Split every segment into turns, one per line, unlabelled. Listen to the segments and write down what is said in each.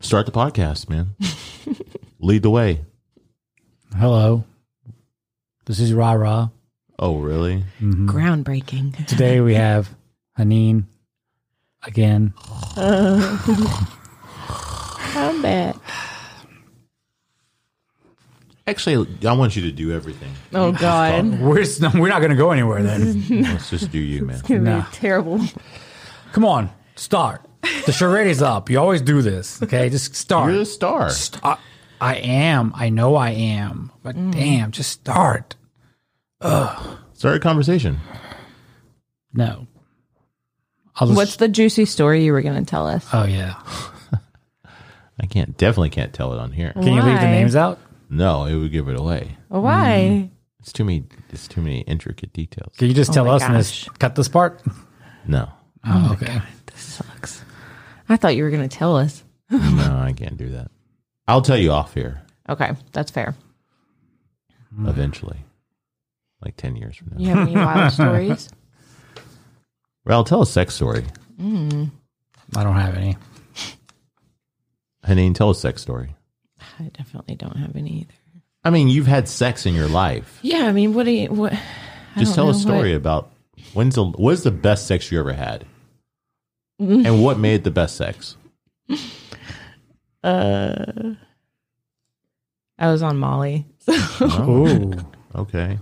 Start the podcast, man. Lead the way.
Hello. This is Ra Ra.
Oh, really?
Groundbreaking.
Today we have Haneen again.
I'm back.
Actually, I want you to do everything.
Oh God.
We're s- we're not going to go anywhere then.
Let's just do you, man.
It's gonna
Nah.
be terrible.
Come on, start. The charade is up. You always do this. Okay, just start.
You're the star.
Sta- I am. I know I am. But
Mm.
damn, just start.
Start a conversation.
No. I'll just,
What's the juicy story you were gonna tell us?
oh yeah.
I can't, definitely can't tell it on here.
Can you leave the
Why?
names out?
No, it would give it away.
Why?
It's too many. It's too many intricate details.
Can you just tell
Oh my
us and just cut this part?
No,
Oh, okay.
This sucks. I thought you were gonna tell us.
no, I can't do that. I'll tell you off here
Okay, that's fair.
eventually, like ten years from now.
You have any wild stories?
Well, I'll tell a sex story.
I don't have any.
Haneen, tell a sex story.
I definitely don't have any either.
I mean, you've had sex in your life.
Yeah, I mean, what do you? What? I
Just
don't
tell
know
a story
What,
about when's the what's the best sex you ever had,
Mm.
and what made it the best sex.
I was on Molly. Oh.
Ooh.
Okay.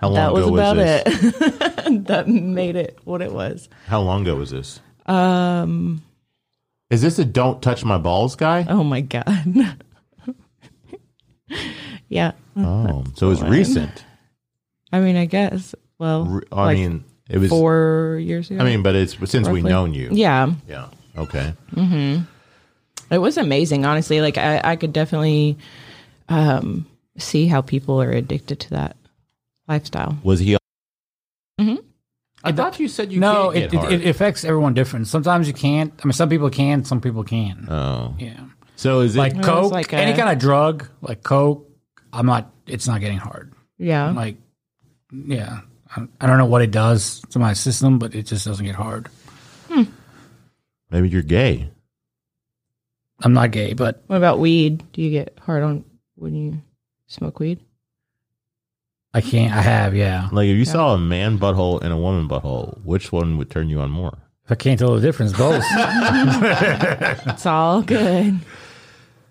How long
That was
ago was,
about
this?
it. that made it what it was.
How long ago was this?
Um.
Is this a don't touch my balls guy?
Oh my god. yeah.
Oh, so it was recent.
I mean, I guess. Well,
Re- I
like
mean, it was.
four years ago.
I mean, but it's since we've
roughly.
known you.
yeah,
Yeah. Okay.
it was amazing. Honestly, like I, I could definitely um, see how people are addicted to that lifestyle.
Was he?
Mm-hmm.
I thought you said you
No,
can't
it,
get hard.
it, it affects everyone different. Sometimes you can't. I mean, some people can, some people can.
oh,
yeah.
so is it?
Like
it's
coke,
like a-
any kind of drug, like coke. I'm not. It's not getting hard.
Yeah,
Like, yeah. I I don't know what it does to my system, but it just doesn't get hard.
maybe you're gay.
I'm not gay, but
what about weed? Do you get hard on when you smoke weed?
I can't. I have, yeah.
Like if you saw a man butthole and a woman butthole, which one would turn you on more?
I can't tell the difference. Both.
It's all good.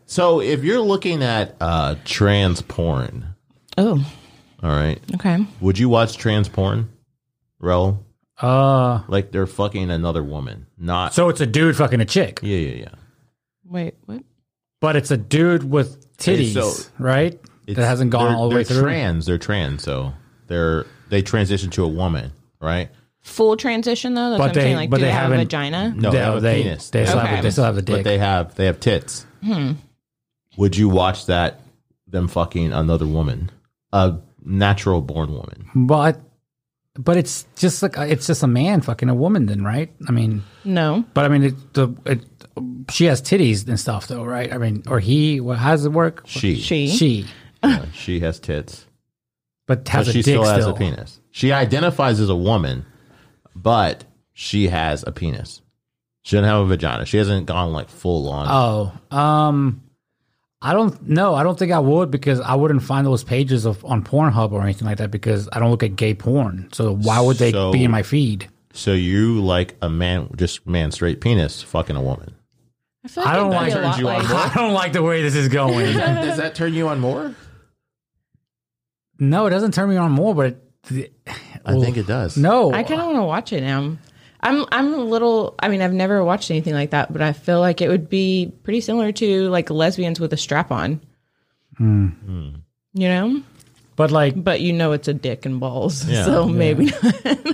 So if you're looking at uh, trans porn,
Oh,
all right,
okay.
would you watch trans porn, Ro?
uh,
Like they're fucking another woman, not
so it's a dude fucking a chick,
yeah, yeah, yeah.
Wait, what?
but it's a dude with
Hey,
titties,
so
right? That
It's-
hasn't gone
they're-
all the way
they're
through.
Trans, they're trans, so they're they transition to a woman, right?
Full transition though. That's
But
what I'm
they-
saying. Like,
but
do
they
they have a
haven't-
vagina?
No, they,
No,
have a
they-
penis.
they
have
still
a
have a- they
penis,
still have a
But
dick.
they have they have tits. Would you watch that them fucking another woman, a natural born woman?
But but it's just like uh, it's just a man fucking a woman, then, right? I mean,
No.
but I mean, it, the it, she has titties and stuff, though, right? I mean, or he? Well, how does it work?
She
She.
She,
yeah, she has tits,
but
but
has a
she
dick
still
still.
has a penis. She identifies as a woman, but she has a penis. She doesn't have a vagina. She hasn't gone like full on.
Oh, um, I don't know. I don't think I would because I wouldn't find those pages of on Pornhub or anything like that because I don't look at gay porn. So why would they
So-
be in my feed?
So you like a man, just man, straight penis fucking a woman?
I, feel
I don't
it'd
like
be a
turns
lot
you on more.
I don't like the way this is going.
Does that turn you on more?
no, it doesn't turn me on more, but it,
I think it does.
no,
I kind of want to watch it now. I'm I'm a little. I mean, I've never watched anything like that, but I feel like it would be pretty similar to like lesbians with a strap on.
Hmm.
You know,
but like
but you know it's a dick and balls,
Yeah.
so maybe not.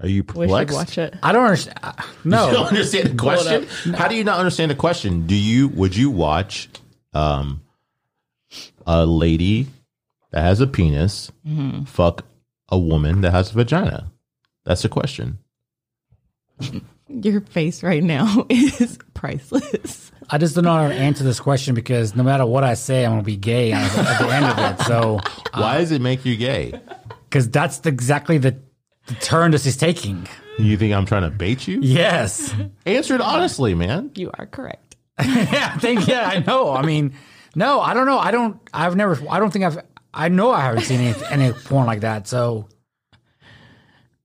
Are you
we should
perplexed?
watch it.
I don't understand. I-
You don't
No,
understand the question. How do you not understand the question? Do you would you watch um a lady that has a penis
Mm-hmm.
fuck a woman that has a vagina? That's the question.
Your face right now is priceless.
I just don't know how to answer this question because no matter what I say, I'm gonna be gay at the at the end of it. So
Why does it make you gay?
because that's the- exactly the the turn this is taking.
You think I'm trying to bait you?
Yes.
Answer it honestly, man.
You are correct.
yeah, I think yeah, I know. I mean, no, I don't know. I don't. I've never. I don't think I've. I know I haven't seen any, any porn like that. So,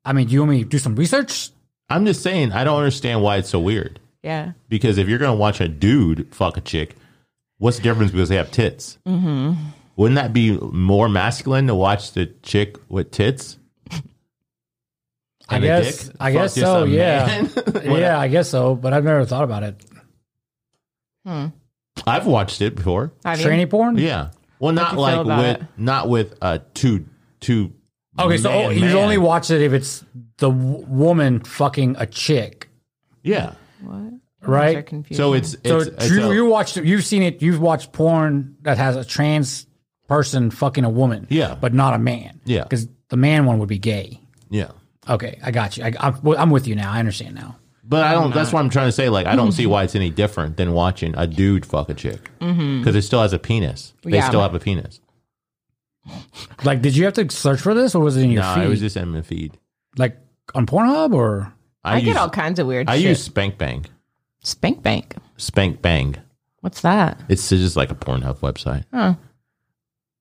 I mean, do you want me to do some research?
I'm just saying I don't understand why it's so weird.
Yeah.
Because if you're gonna watch a dude fuck a chick, what's the difference because they have tits? Mm-hmm. Wouldn't that be more masculine to watch the chick with tits?
I
And a
guess.
dick?
I
Fuck
guess
just
so.
a
Yeah.
man? What-
yeah, I guess so. But I've never thought about it.
I've watched it before.
I mean,
Tranny porn.
Yeah. Well,
do
not
you feel
like
about
with
it?
not with uh two two.
Okay, so
man,
oh, you
man.
only watch it if it's the w- woman fucking a chick,
yeah.
what?
Right.
They're confused.
So it's it's,
So
it's
you,
a-
you watched, you've seen it. You've watched porn that has a trans person fucking a woman.
Yeah.
but not a man.
Yeah.
because the man one would be gay.
yeah.
Okay, I got you. I, I'm, well, I'm with you now. I understand now.
But I don't. That's what I'm trying to say. Like, I don't see why it's any different than watching a dude fuck a chick because it still has a penis. They
Mm-hmm. Yeah.
still have a penis.
Like, did you have to search for this, or was it in your
No,
feed?
it was just in the feed.
like on Pornhub, or
I,
I,
use,
get all kinds of weird
I
shit.
use Spank Bang.
Spank Bank.
Spank Bang.
What's that?
It's just like a Pornhub website.
Huh.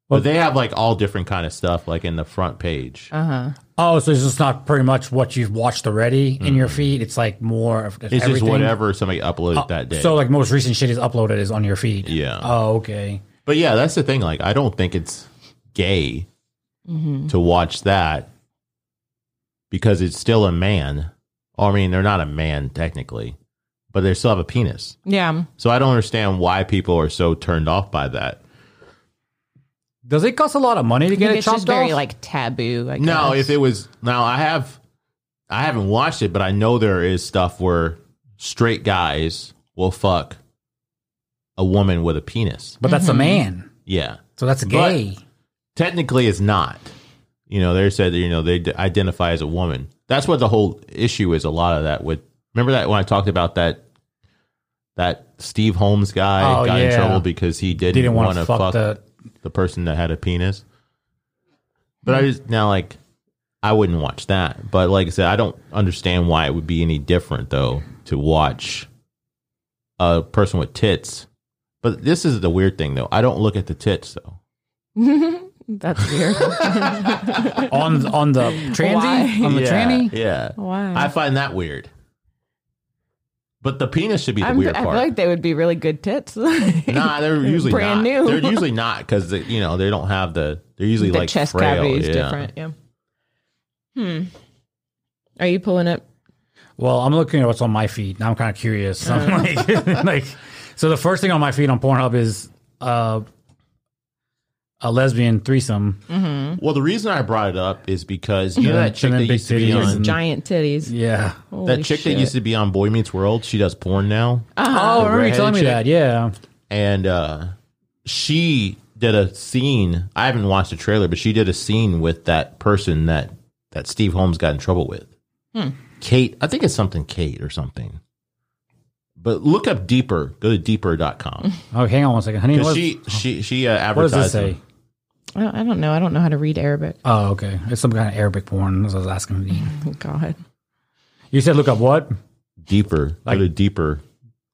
But they have like all different kind of stuff, like in the front page.
Uh, Uh-huh.
oh, so it's just not pretty much what you've watched already in your feed. It's like more of
Mm-hmm. it's
everything. Oh,
just whatever somebody uploaded
Uh,
that day.
So like most recent shit is uploaded is on your feed.
Yeah.
Oh, okay.
But yeah, that's the thing. Like, I don't think it's gay
Mm-hmm.
to watch that because it's still a man. Or, I mean, they're not a man technically, but they still have a penis.
Yeah.
So I don't understand why people are so turned off by that.
Does it cost a lot of money to
I
get
think
it
it's
chopped
just very
off?
like taboo. I
No,
guess.
if it was now, I have, I haven't watched it, but I know there is stuff where straight guys will fuck a woman with a penis.
but that's
Mm-hmm.
a man,
Yeah,
so that's
But-
gay.
technically it's not. You know, they said you know they d- identify as a woman. That's what the whole issue is. A lot of that with remember that when I talked about that that Steve Holmes guy
Oh,
got in
yeah.
trouble because he didn't,
didn't
want
want
to
fuck,
fuck
the.
the person that had a penis. But I just now like I wouldn't watch that. But like I said, I don't understand why it would be any different though to watch a person with tits. But this is the weird thing though. I don't look at the tits though.
that's weird.
on on the
Why?
tranny on the tranny.
Yeah.
Why?
I find that weird. But the penis should be the
I'm,
weird
I feel
part.
like they would be really good tits.
nah, they're usually
brand
not.
new.
They're usually not because you know they don't have the. They're usually
the
like
chest
frail.
cavity is
yeah.
different. Yeah. Hmm. Are you pulling up?
Well, I'm looking at what's on my feed. Now I'm kind of curious. I'm like, like, so the first thing on my feed on Pornhub is uh, a lesbian threesome.
Well, the reason I brought it up is because you know that
And
chick
then
that
big
used to be
titties
on
and-
Giant titties.
Yeah.
that chick that used to be on Boy Meets World. She does porn now,
Uh-huh.
Oh, I remember you
redheaded
telling me
chick?
that? Yeah.
and uh, she did a scene. I haven't watched the trailer, but she did a scene with that person that that Steve Holmes got in trouble with.
Hmm.
Kate, I think it's something Kate or something. But look up deeper. Go to deeper.com.
Oh, hang on one second, honey.
Because
What,
she she she uh,
what does
advertised.
this say?
I don't, I don't know. I don't know how to read Arabic.
Oh, okay. It's some kind of Arabic porn. That's what I was asking. You.
Oh, God.
you said look up what?
Deeper.
Like-
go to deeper.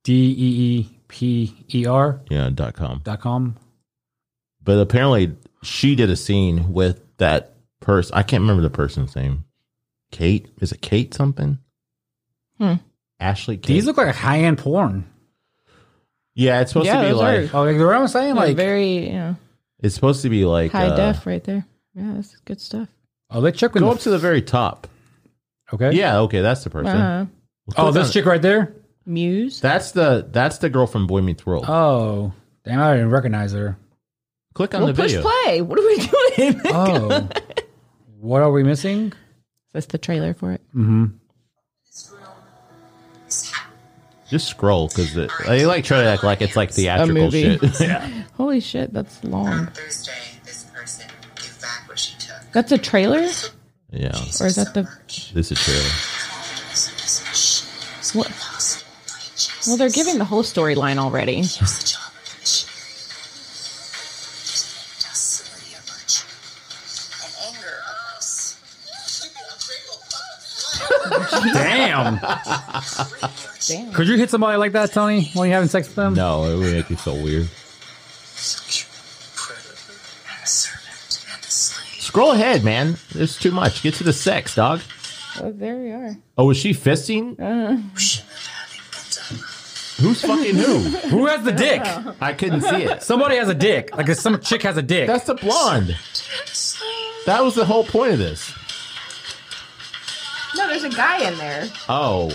D E E P E R
Yeah. Dot com.
dot com.
But apparently she did a scene with that person. I can't remember the person's name. Kate is it Kate something?
Hmm.
Ashley. Kate.
These look like high end porn.
yeah. It's supposed to
Yeah,
be
those
like
are-
Oh, like, you know what I'm saying?
Like,
Like,
very you know,
it's supposed to be like
high
uh,
def right there. Yeah, that's good stuff.
oh, that chick. with
Go
the-
up to the very top.
Okay.
Yeah. Okay. That's the person.
Uh,
Well,
Oh,
click
this
on-
chick right there.
Muse.
That's the that's the girl from Boy Meets World.
Oh, damn! I didn't recognize her.
click on
Well,
the
push
video.
play. What are we doing?
Oh, what are we missing?
that's the trailer for it.
Mm-hmm. Just scroll because they like try to act like it's like theatrical
movie.
shit.
Holy shit, that's long.
On Thursday, this person gave back what she took.
That's a trailer,
yeah.
or is that the?
This is true.
What? Well, they're giving the whole storyline already.
Oh, Docility of virtue. And anger of grace. I'm grateful
Damn. Could you hit somebody like that, Tony, while you're having sex with them?
No, it would make you so weird.
Sexual predator and servant and a slave.
Scroll ahead, man. There's too much. Get to the sex, dog.
Oh, there we are.
Oh, is she fisting?
Shimon having been
Who's fucking who?
Who has the dick?
I couldn't see it.
Somebody has a dick. Like some chick has a dick.
That's the blonde.
and a slave.
That was the whole point of this.
No, there's a guy in there.
Oh,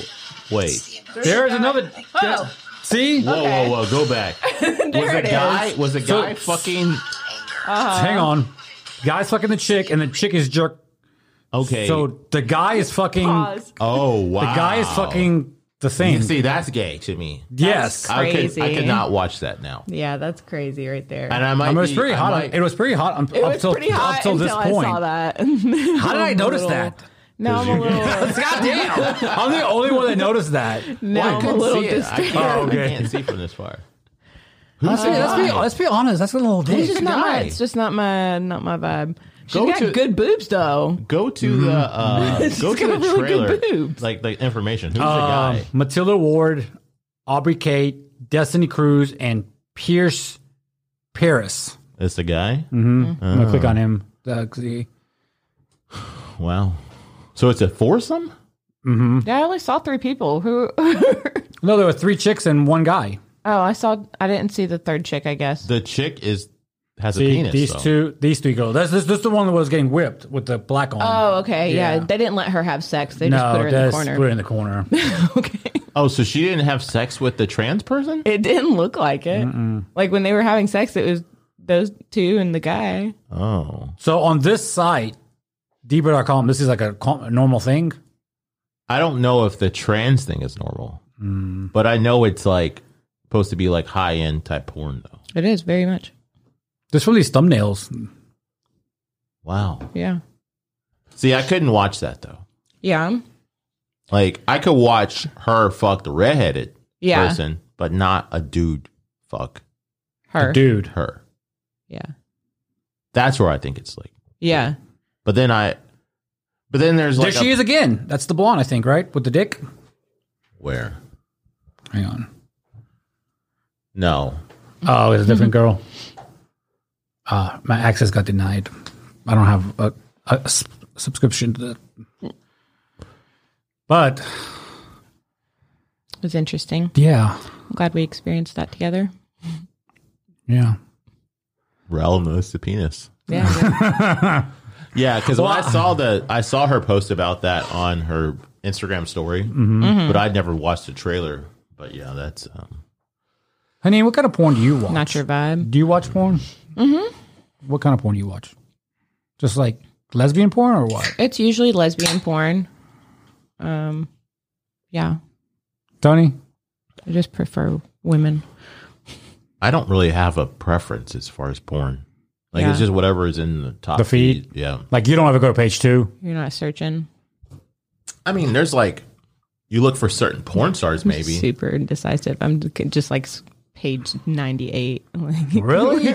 wait.
The emotion
there is another.
Oh,
See?
Whoa,
Okay.
whoa, whoa! Go back. was a
it is.
guy? Was a guy
So-
fucking?
Hang on. Guy's fucking the chick, and the chick is jerk.
Okay.
So the guy is fucking.
pause.
oh wow.
The guy is fucking the
You
thing.
see, that's gay to me.
yes.
I could, I
Crazy.
could not watch that now.
Yeah, that's crazy right there.
And I might.
I mean, it was
be-
pretty
I
hot.
might-
it was pretty hot um,
it
up
was
till,
pretty hot
up till
until
this
I
point.
saw that. How
How did I notice that?
Now I'm a little.
God damn! I'm the only one that noticed that.
Now
I
I'm a
couldn't
little
see it. I
disturbed.
can't,
Oh, okay.
I can't see from this far.
Uh,
Let's be, let's, be, let's be honest. That's a little
It's
dick.
just not my.
guy.
It's just not my. Not my vibe. She's
Go
got
to-
good boobs though.
Go to the uh, go to the
got really
trailer.
good boobs.
Like the information. Who's
Um,
the guy?
Matilda Ward, Aubrey Kate, Destiny Cruz, and Pierce Paris.
It's the guy.
mm. I'm gonna click on him. Uh, 'cause he-
Wow. So it's a foursome.
Yeah, I only saw three people. Who?
no, there were three chicks and one guy.
oh, I saw. I didn't see the third chick. I guess.
The chick is has a
The-
penis.
these
though.
two, these three girls. That's this, this is the one that was getting whipped with the black on.
Oh, okay. Yeah.
Yeah.
they didn't let her have sex. They just
no,
put her in the
that's-
corner.
put her in the corner.
okay.
Oh, so she didn't have sex with the trans person?
It didn't look like it. Like when they were having sex, it was those two and the guy.
Oh.
so on this site, deeper.com, this is like a com- normal thing.
I don't know if the trans thing is normal,
Mm.
but I know it's like supposed to be like high end type porn though.
It is very much.
There's really these thumbnails.
Wow.
Yeah.
See, I couldn't watch that though.
Yeah.
Like I could watch her fuck the redheaded
Yeah.
person, but not a dude fuck
Her.
Dude,
her.
Yeah.
That's where I think it's like.
Yeah.
But then I, but then there's
there
like
she
a-
is again. That's the blonde, I think, right? With the dick.
where?
Hang on.
No,
Oh, it's a different girl. Uh, my access got denied. I don't have a, a s- subscription to that. But
It was interesting.
yeah,
I'm glad we experienced that together.
yeah.
realm is the penis.
Yeah.
Yeah, because when I saw the, I saw her post about that on her Instagram story,
Mm-hmm.
but I'd never watched the trailer. But yeah, that's um,
Honey, what kind of porn do you watch?
Not your vibe.
Do you watch porn? Mm-hmm. What kind of porn do you watch? Just like lesbian porn or what?
It's usually lesbian porn. Um, yeah.
Tony?
I just prefer women.
I don't really have a preference as far as porn. Like it's
Yeah.
just whatever is in the top
The feed?
Yeah,
Like you don't ever go to page two?
You're not searching.
I mean, there's like you look for certain porn stars, maybe.
Super indecisive. I'm just like s- page 98. Like,
Really?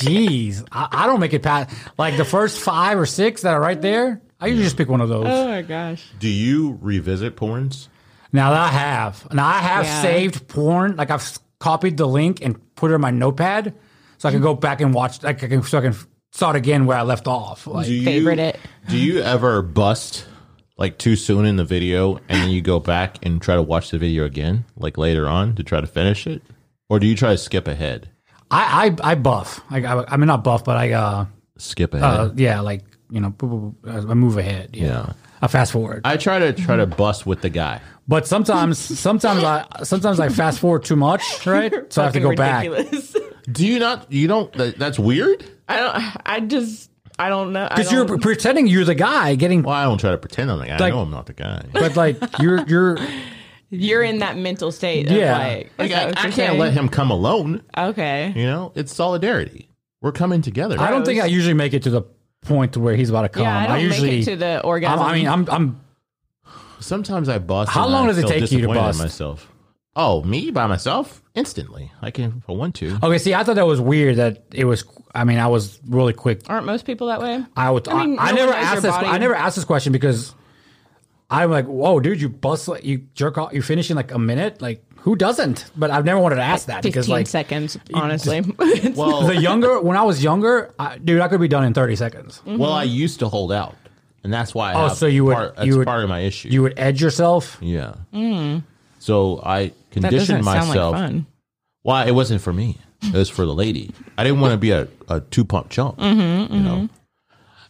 Jeez. I, I don't make it past like the first five or six that are right there. I usually just pick one of those.
oh my gosh.
Do you revisit porns?
Now that I have, now I have
Yeah.
saved porn. Like I've s- copied the link and put it in my notepad, so I can go back and watch. Like I can, so I can start again where I left off. Like,
Do you
favorite it.
Do you ever bust like too soon in the video, and then you go back and try to watch the video again, like later on, to try to finish it, or do you try to skip ahead?
I, I I buff. Like I, I mean, not buff, but I uh,
Skip ahead.
uh yeah, like you know, boop, boop, boop, I move ahead. Yeah.
Yeah.
I fast forward,
I try to try to bust with the guy.
but sometimes, sometimes I, sometimes I fast forward too much, right? So I have to go back.
Do you not? You don't. that- That's weird.
I don't. I just. I don't know. I
Because you're
don't-
pretending you're the guy getting,
Well, I don't try to pretend I'm the guy.
Like-
I know I'm not the guy.
but like you're you're
you're in that mental state.
Yeah.
Of like,
Like,
is
I,
that what
I
you're
can't
saying?
let him come alone.
Okay.
Um,
You know, it's solidarity. We're coming together.
I don't think I usually make it to the point to where he's about to come.
Yeah, I don't
usually
make it to the orgasm.
I'm, I mean, I'm I'm
Sometimes I bust.
How
and
long
I
does it
feel
take you to
disappointed in
bust?
Myself. Oh, me by myself instantly. I can if I want to.
okay. See, I thought that was weird that it was. I mean, I was really quick.
aren't most people that way?
I would. I,
mean,
I
no
never
one knows
asked
your
this.
body.
I never asked this question because I'm like, whoa, dude, you bust, like, you jerk off, you finish in like a minute. Like, who doesn't? But I've never wanted to ask that because,
Fifteen
like,
seconds, honestly.
Well,
the younger, when I was younger, I, dude, I could be done in 30 seconds.
Mm.
well, I used to hold out, and that's why. I
mm-hmm. Oh,
have
so you would-
part, that's
you would-
part of my issue.
You Mm. would edge yourself.
yeah. So I
that doesn't
conditioned
sound
myself.
like fun.
Why it wasn't for me. It was for the lady. I didn't want to be a, a two pump chump. you know.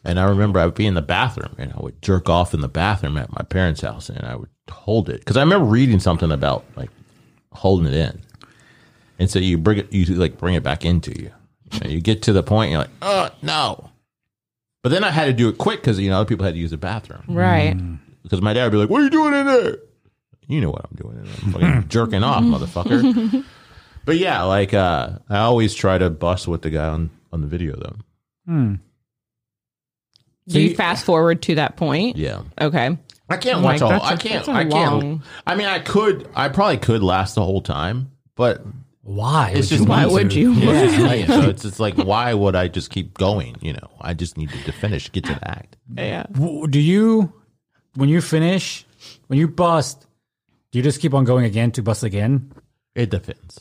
And I remember I would be in the bathroom and I would jerk off in the bathroom at my parents' house and I would hold it because I remember reading something about like holding it in, and so you bring it, you like bring it back into you. You, know, you get to the point you're like, oh no. But then I had to do it quick because you know other people had to use the bathroom
Mm.
Right.
because my dad would be like, "What are you doing in there?" You know what I'm doing in there, I'm fucking jerking off, motherfucker. But yeah, like uh, I always try to bust with the guy on on the video though.
Do you fast forward to that point?
Yeah,
Okay.
Mm.
I can't
Oh my
watch
God,
all.
that's
I
a-
can't.
that's a
I can't.
long-
I mean, I could. I probably could last the whole time, but
Why?
it's
would
just
you
why
want
would
to?
you?
Yeah, right. so it's just like, why would I just keep going? You know, I just need to finish, get to the act.
Yeah.
W- Do you, when you finish, when you bust, do you just keep on going again to bust again?
It depends.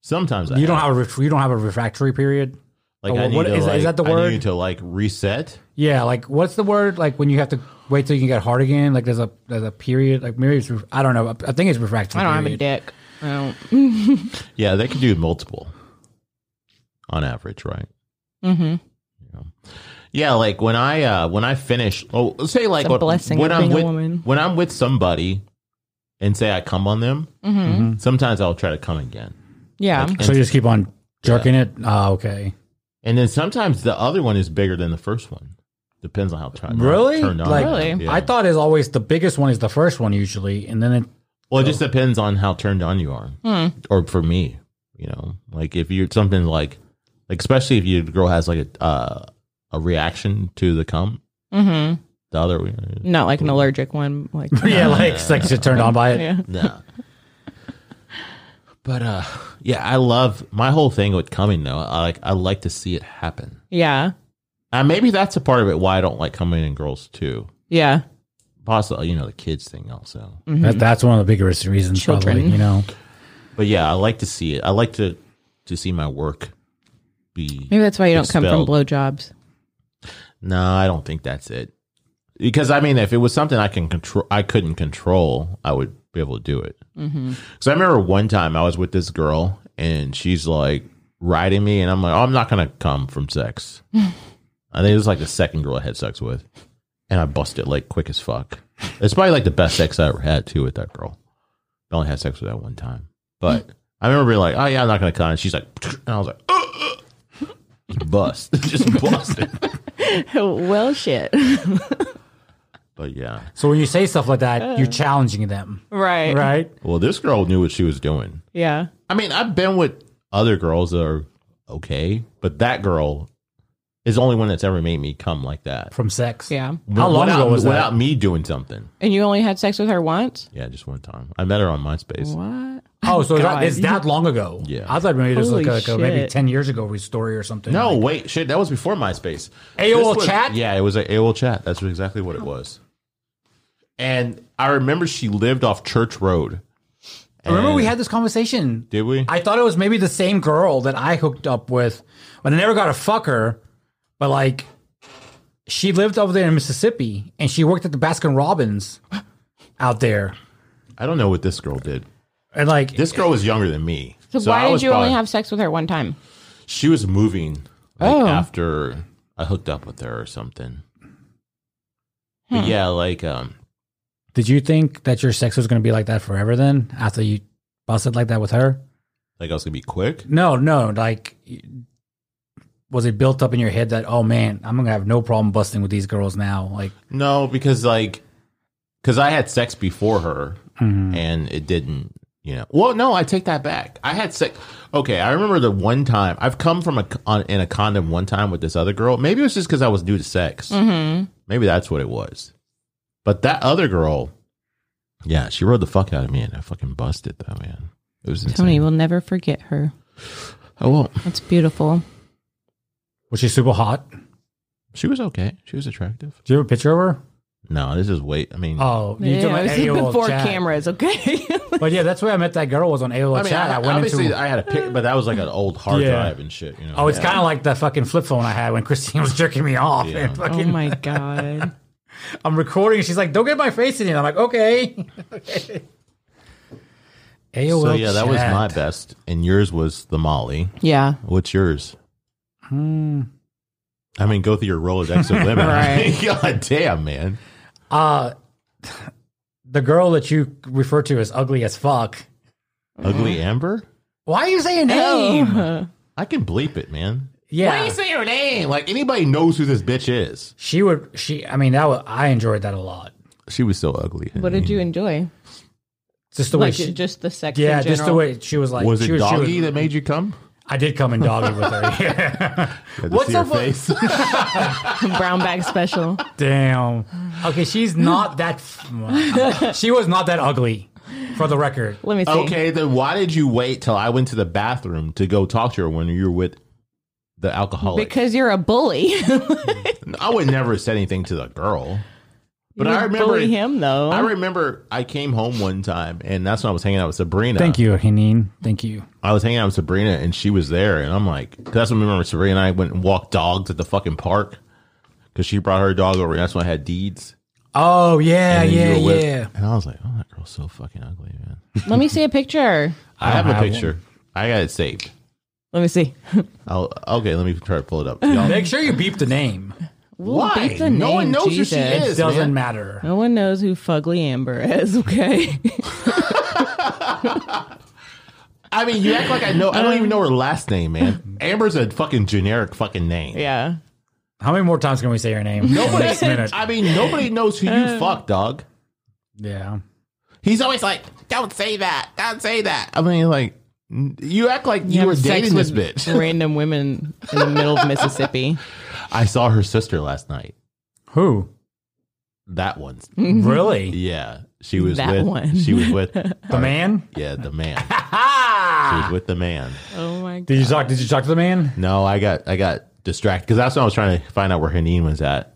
Sometimes I
You don't have a ref- you don't have a refractory period.
like.
oh,
I need
what-
to,
is- is
like,
that the
I
word?
need to like reset.
Yeah, like what's the word? Like when you have to wait till you can get hard again. Like there's a there's a period. Like maybe it's ref- I don't know. I think it's refractory.
I don't have a
period.
dick. I don't.
Yeah, they could do multiple on average, right? Mm-hmm. Yeah. yeah, like when I uh when I finish, oh, let's say like
It's a
when,
blessing
when
of
I'm
being a
with
woman.
when I'm with somebody, and say I come on them, sometimes I'll try to come again,
Mm-hmm. Yeah.
Mm-hmm. So you just keep on jerking it. Ah, okay.
and then sometimes the other one is bigger than the first one. Depends on how turned
Really?
turned on.
Like
I am.
Really?
Yeah.
I thought is always the biggest one is the first one usually, and then it,
Well, it just depends on how turned on you are,
Hmm.
or for me, you know, like if you're something like, like especially if your girl has like a uh, a reaction to the cum,
Mm-hmm.
the other,
Not like an allergic one. Like
yeah, like it's like you're turned on by it.
yeah.
no. But uh, yeah, I love my whole thing with coming though. I like I like to see it happen.
Yeah.
And maybe that's a part of it why I don't like coming in girls too.
Yeah.
Possibly, you know, the kids thing also.
Mm.
That, that's one of the biggest reasons, probably.
Children.
You know,
But yeah, I like to see it. I like to to see my work be
Maybe that's why you don't come
Expelled.
from blowjobs.
No, I don't think that's it. Because I mean, if it was something I can control, I couldn't control, I would be able to do it. Because I remember one time I was with this girl and she's like riding me, and I'm like, oh, I'm not gonna come from sex. I think it was like the second girl I had sex with, and I busted like quick as fuck. It's probably like the best sex I ever had too with that girl. I only had sex with that one time, but I remember being like, oh yeah, I'm not gonna come. And she's like, and I was like, bust, just busted.
well, shit.
But yeah.
so when you say stuff like that,
Uh.
you're challenging them,
right.
right?
Well, this girl knew what she was doing.
Yeah.
I mean, I've been with other girls that are okay, but that girl is the only one that's ever made me come like that.
From sex.
Yeah.
How long
without,
ago was that?
Without me doing something.
And you only had sex with her once?
Yeah, just one time. I met her on MySpace.
What?
Oh, so that,
God.
it's that long ago.
Yeah.
I thought maybe it was
Holy
like, a, like a maybe
shit.
ten years ago story or something.
No,
Like,
wait, shit, that was before MySpace.
AOL
This was-
chat?
Yeah, it was an AOL chat. That's exactly what it was. And I remember she lived off Church Road.
remember
And-
we had this conversation.
Did we?
I thought it was maybe the same girl that I hooked up with, but I never got to fuck her. But like, she lived over there in Mississippi, and she worked at the Baskin Robbins out there,
I don't know what this girl did.
and like,
This girl was younger than me.
So,
I
why did
was
you
probably-
only have sex with her one time?
She was moving like,
Oh.
after I hooked up with her or something. But yeah, like um
did you think that your sex was going to be like that forever? Then after you busted like that with her,
like I was gonna be quick.
no, no, like. Was it built up in your head that oh man I'm gonna have no problem busting with these girls now like
No, because like because I had sex before her
Mm-hmm.
and it didn't. You know, well, no, I take that back. I had sex. Okay, I remember the one time I've come from a on, in a condom one time with this other girl. Maybe it was just because I was new to sex.
Mm. Mm-hmm.
Maybe that's what it was. But that other girl, yeah, she rode the fuck out of me, and I fucking busted that man. It was insane.
Tony will never forget her.
I won't.
That's beautiful.
was she super hot?
She was okay. She was attractive.
Do you have a picture of her?
No, this is wait. I mean,
Oh, you're
Yeah,
talking
this is
about AOL
before
chat.
cameras, okay?
But yeah, that's where I met that girl was on AOL
I mean,
chat.
I,
I, went
obviously,
into.
I had a pic, but that was like an old hard
Yeah.
drive and shit. You know.
oh, it's kind of like the fucking flip phone I had when Christine was jerking me off.
Yeah.
And fucking,
oh my god.
I'm recording. and She's like, "Don't get my face in it." I'm like, "Okay." AOL.
so yeah, that was
chat.
my best, and yours was the Molly.
Yeah.
What's yours?
Hmm.
I mean, go through your Rolodex of women.
Right.
God damn, man.
Uh, the girl that you refer to as ugly as fuck.
Ugly Amber?
Why are you saying name?
I can bleep it, man.
Yeah,
say her name? Like anybody knows who this bitch is.
she would. She. I mean, that was, I enjoyed that a lot.
She was so ugly.
What did you enjoy?
Just the way
Like
she.
just the sex.
yeah,
in
just the
general?
way she was like.
Was
she
it
she
doggy that made you come?
I did come in doggy with her. Yeah.
Had to
What's
see her
up with-
face?
brown bag special.
Damn. Okay, she's not that. she was not that ugly, for the record.
Let me see.
okay, then why did you wait till I went to the bathroom to go talk to her when you were with the alcoholic?
Because you're a bully.
I would never have said anything to the girl. But
You
I
would
remember
bully him though.
I remember I came home one time and that's when I was hanging out with Sabrina.
you, Haneen. Thank you.
I was hanging out with Sabrina and she was there, and I'm like, 'cause that's when I remember Sabrina and I went and walked dogs at the fucking park because she brought her dog over. And that's when I had deeds.
Oh yeah,
And
yeah,
then you were with-
yeah.
And I was like, oh, that girl's so fucking ugly, man.
Let me see a picture.
I, have,
have
a picture. I got it saved.
Let me see.
I'll, okay, let me try to pull it up. Y'all,
Make sure you beep the name.
We'll beat the
no one
name,
knows who she
Jesus.
is. man.
Doesn't matter.
No one knows who Fugly Amber is. Okay.
I mean, you act like I know. I don't even know her last name, man. Amber's a fucking generic fucking name.
yeah.
How many more times can we say your name?
Nobody,
Next minute.
I mean, nobody knows who
Uh.
you fuck, dog.
Yeah.
He's always like, "Don't say that. Don't say that." I mean, like, you act like you, were
have sex
dating this
with
bitch.
Random women in the middle of Mississippi.
I saw her sister last night.
Who?
That one.
Really?
Yeah, she was
That
with.
one.
She was with.
The man?
yeah, the man. She was
Ah!
with the man.
Oh my god.
Did you talk? Did you talk to the man?
No, I got I got distracted because that's when I was trying to find out where Haneen was at.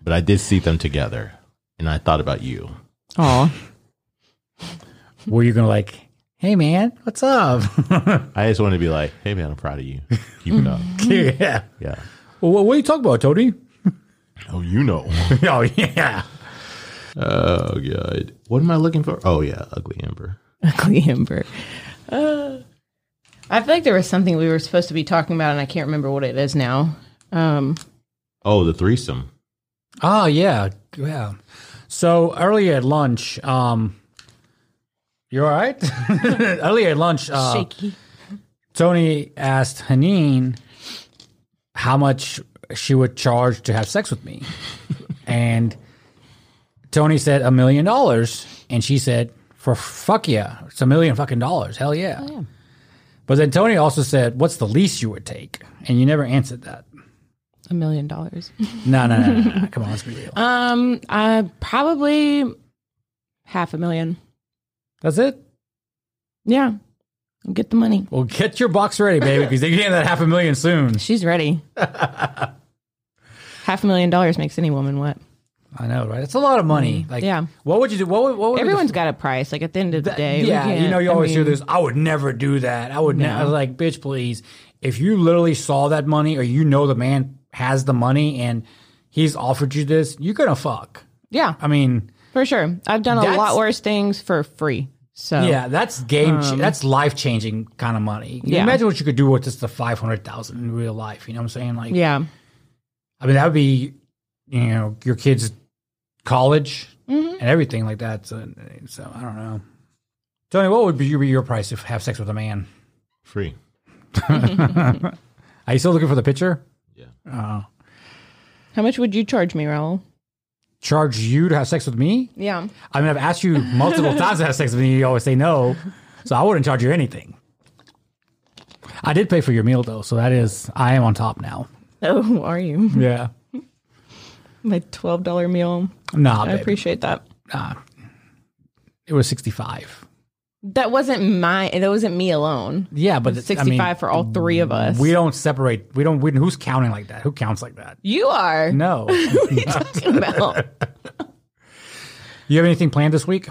but I did see them together, and I thought about you.
Oh.
Were you gonna like? Hey man, what's up?
I just wanted to be like, "Hey, man, I'm proud of you. Keep it up."
yeah.
Yeah.
Well, what- what are you talking about, Toady?
Oh, you know.
oh yeah.
oh god. What am I looking for? Oh yeah, ugly Amber.
Ugly Amber. Uh, I feel like there was something we were supposed to be talking about, and I can't remember what it is now. Um,
Oh, the threesome.
Oh yeah, yeah. So earlier at lunch, um, you all right? earlier at lunch, uh,
shaky.
Tony asked Haneen how much she would charge to have sex with me, and Tony said a million dollars, and she said, "For fuck yeah, it's a million fucking dollars, hell yeah." But then Tony also said, "What's the least you would take?" And you never answered that.
A million dollars.
No, no, no, no, no. Come on, let's be real.
Um, uh, probably half a million.
That's it.
Yeah, get the money.
Well, get your box ready, baby, because they're getting that half a million soon.
She's ready. half a million dollars makes any woman what?
I know, right? It's a lot of money. Like,
Mm-hmm. Yeah.
What would you do? What would, what would be the-
Everyone's got a price. Like at the end of the day, we
yeah, you
can't-
know, you
I
always hear
mean,
this. I would never do that. I would never. Like, bitch, please. If you literally saw that money, or you know the man has the money and he's offered you this, you're gonna fuck.
Yeah,
I mean,
for sure. I've done a
That's-
lot worse things for free. So
yeah, that's game. cha- that's life changing kind of money. Can you
Um, Yeah.
Imagine what you could do with just the five hundred thousand in real life. You know what I'm saying? Like,
yeah,
I mean, that would be, you know, your kids' college
Mm-hmm.
and everything like that. So, so I don't know. Tony, what would be your, be your price if have sex with a man?
Free.
Are you still looking for the picture?
Yeah.
Uh,
How much would you charge me, Raul?
charge you to have sex with me?
Yeah.
I mean, I've asked you multiple times to have sex with me. You always say no. So I wouldn't charge you anything. I did pay for your meal though, so that is I am on top now.
Oh, are you?
Yeah.
My twelve dollar meal.
Nah,
I
babe.
appreciate that.
it was sixty five.
That wasn't my. That wasn't me alone.
Yeah, but it's- I
Sixty-five
mean,
for all three of us.
We don't separate. We don't. We, who's counting like that? Who counts like that?
you are.
No.
What are you talking about?
you have anything planned this week?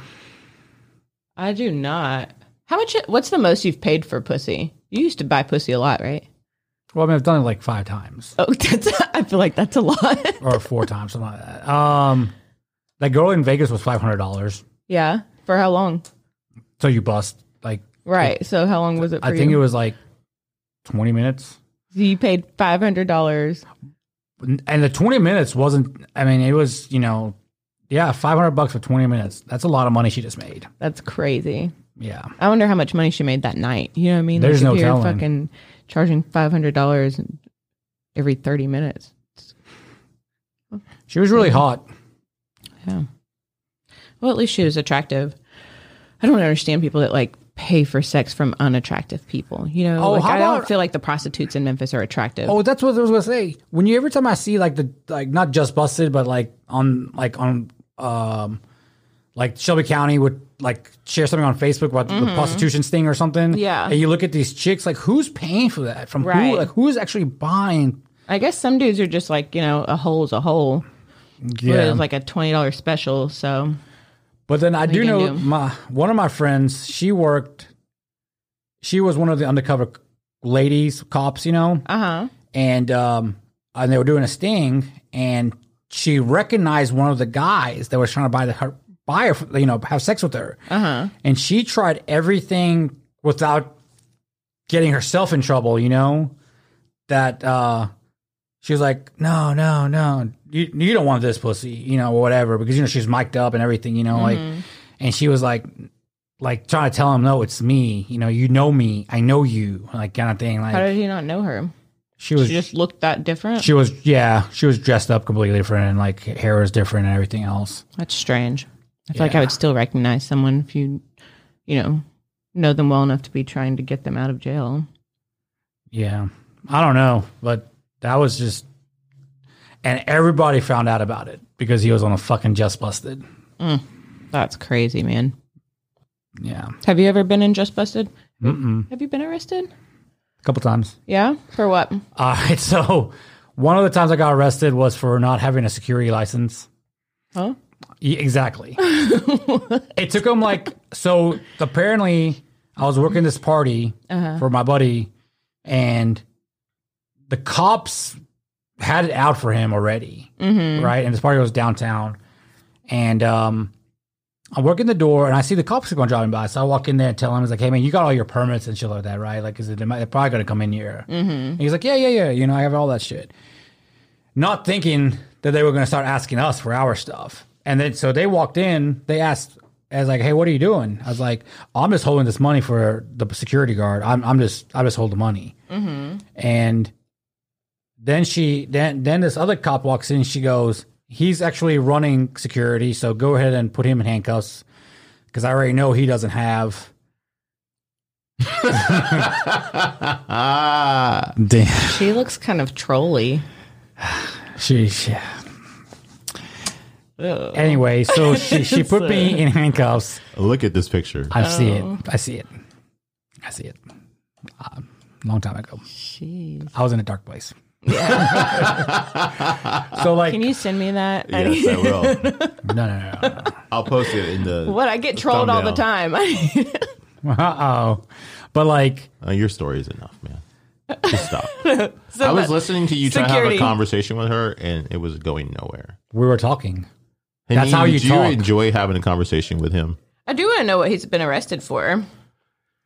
I do not. How much? What's the most you've paid for pussy? You used to buy pussy a lot, right?
Well, I mean, I've done it like five times
Oh, that's. I feel like that's a lot.
or four times, something like that. Um, that girl in Vegas was five hundred dollars.
yeah. For how long?
So you bust like
Right. So how long was it? For
I think
you?
it was like twenty minutes.
You paid five hundred dollars.
and the 20 minutes wasn't i mean it was you know yeah 500 bucks for 20 minutes that's a lot of money she just made
That's crazy.
yeah
I wonder how much money she made that night. You know what I mean?
There's
if
no
you're
telling.
Fucking charging five hundred dollars every thirty minutes.
she was really hot
Yeah. Well, at least she was attractive. I don't understand people that like pay for sex from unattractive people. You know,
Oh,
like,
how
I
about-
don't feel like the prostitutes in Memphis are attractive.
oh that's what i was gonna say when you every time i see like the like not just busted but like on like on um like shelby county would like share something on facebook about the- the prostitution sting or something
Yeah.
and you look at these chicks like who's paying for that from
Right.
who like who's actually buying
I guess some dudes are just like you know a hole's a hole. Yeah. It was like a twenty dollars special. So
But then I do
you
know
can do.
my one of my friends. She worked. She was one of the undercover c- ladies, cops, you know,
uh huh.
and um, and they were doing a sting, and she recognized one of the guys that was trying to buy the her buy her, you know, have sex with her, uh-huh. and she tried everything without getting herself in trouble, you know, that uh, she was like, no, no, no, you, you don't want this pussy, you know, whatever, because you know she's mic'd up and everything, you know,
Mm-hmm.
like, and she was like. Like trying to tell him, no, it's me. You know, you know me. I know you. Like kind of thing.
How
Like
did you not know her?
she was
She just looked that different.
she was, yeah, she was dressed up completely different, and like hair was different and everything else.
That's strange. I feel like I would still recognize someone if you, you know, know them well enough to be trying to get them out of jail.
Yeah, I don't know, but that was just, and everybody found out about it because he was on a fucking just busted.
That's crazy, man.
Yeah,
Have you ever been in just busted? Mm-mm. Have you been arrested?
a couple times.
Yeah, for what?
All right, Uh, so one of the times I got arrested was for not having a security license.
Huh?
Yeah, exactly. it took him like so. Apparently, I was working this party for my buddy, and the cops had it out for him already, right? And this party was downtown, and um, I'm working the door, and I see the cops are going driving by. So I walk in there and tell him, "He's like, hey man, you got all your permits and shit like that, right? Like, is it? They're probably going to come in here." And he's like, "Yeah, yeah, yeah. You know, I have all that shit." not thinking that they were going to start asking us for our stuff. And then so they walked in, they asked, I was like, hey, what are you doing? I was like, I'm just holding this money for the security guard. I'm, I'm just, I just hold the money. And then she, then, then this other cop walks in, she goes, he's actually running security. So go ahead and put him in handcuffs because I already know he doesn't have.
Ah,
Damn.
She looks kind of trolly.
Sheesh.
Uh,
Anyway, so she, she put me in handcuffs.
look at this picture.
I see
Oh.
it. I see it. I see it. Um, long time ago,
Jeez.
I was in a dark place. so like,
Can you send me that? I
Yes, I will.
no, no, no, no.
I'll post it in the
What I get trolled all the time.
Uh oh. But like,
Uh, your story is enough, man. Just stop. I was
but-
listening to you try to have
security.
a conversation with her, and it was going nowhere.
we were talking.
And
That's how you
do
talk.
you enjoy having a conversation with him?
I do want to know what he's been arrested for.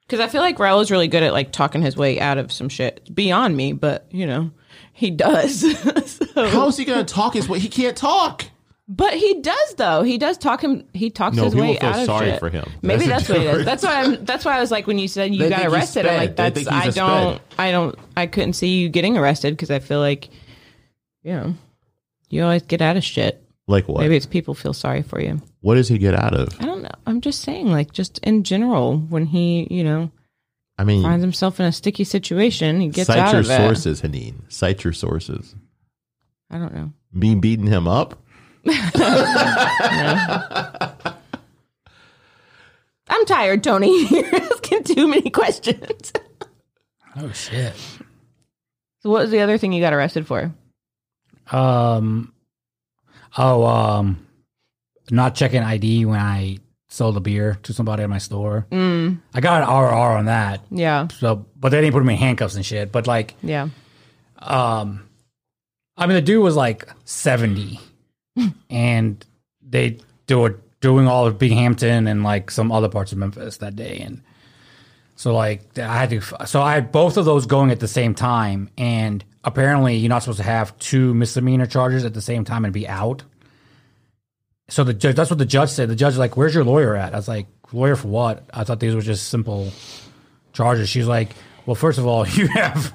Because I feel like Raul is really good at like talking his way out of some shit It's beyond me, but you know, he does. so,
How is he going to talk his way? He can't talk.
but he does though. He does talk him. He talks
No,
his
people
way
feel
out of
sorry
shit.
for him.
Maybe
That's
that's,
the
what it is.
difference.
That's why I'm. That's why I was like when you said you
They
got
think he's
arrested. I'm like
sped. They
that's
think
I
he's a
don't.
sped.
I don't. I couldn't see you getting arrested because I feel like, you know, you always get out of shit.
Like what?
Maybe it's people feel sorry for you.
What does he get out of?
I don't know. I'm just saying, like, just in general, when he, you know,
I mean,
finds himself in a sticky situation, he gets
cite
out
your
of it.
sources, Haneen. Cite your sources.
I don't know.
Me beating him up.
I I'm tired, Tony. You're asking too many questions.
Oh shit.
so what was the other thing you got arrested for?
Um. Oh, um, not checking ID when I sold a beer to somebody at my store.
Mm,
I got an RR on that.
yeah,
So, but they didn't put me in handcuffs and shit. But like,
yeah.
um, I mean, the dude was like seventy, and they they were doing all of Binghamton and like some other parts of Memphis that day, and so like I had to. So I had both of those going at the same time, and apparently you're not supposed to have two misdemeanor charges at the same time and be out. So the judge, that's what the judge said. The judge was like, "Where's your lawyer at?" I was like, "Lawyer for what?" I thought these were just simple charges. She's like, "Well, first of all, you have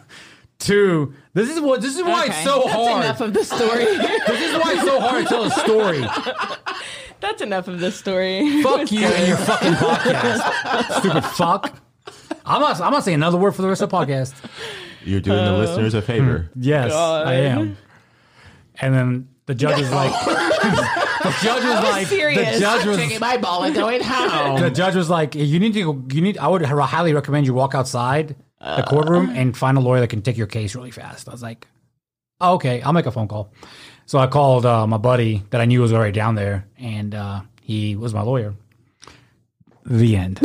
two. This is what this is why it's
Okay.
so
That's
hard.
enough of the story.
this is why it's so hard to tell a story.
That's enough of this story.
fuck you and your fucking podcast, stupid fuck. I'm not. I'm not saying another word for the rest of the podcast.
You're doing the listeners a favor.
Yes,
God.
I am. And then the judge is like, the judge was like,
serious.
the judge was
my ball and going home.
the judge was like, "You need to. go- You need. I would highly recommend you walk outside the courtroom and find a lawyer that can take your case really fast." I was like, oh, "Okay, I'll make a phone call." So I called uh, my buddy that I knew was already down there, and uh, he was my lawyer. The end.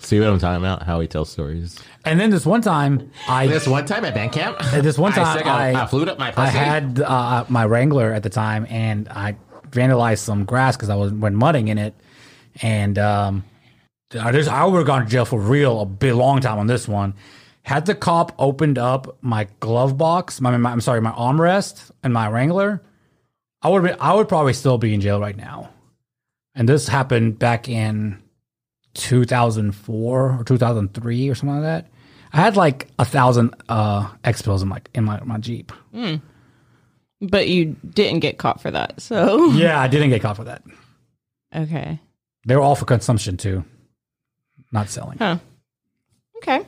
See what I'm talking about? How he tells stories.
and then this one time, I
one time at band camp.
this one time I,
flew up my
I had uh, my Wrangler at the time, and I vandalized some grass because I was went mudding in it, and um, I just I would have gone to jail for real a bit long time on this one. Had the cop opened up my glove box, my, my I'm sorry, my armrest and my Wrangler, I would have been I would probably still be in jail right now. And this happened back in 2004 or 2003 or something like that. I had like a thousand uh, X pills in my in my, my Jeep.
But you didn't get caught for that. So,
Yeah, I didn't get caught for that.
okay.
They were all for consumption too, not selling.
Huh. Okay.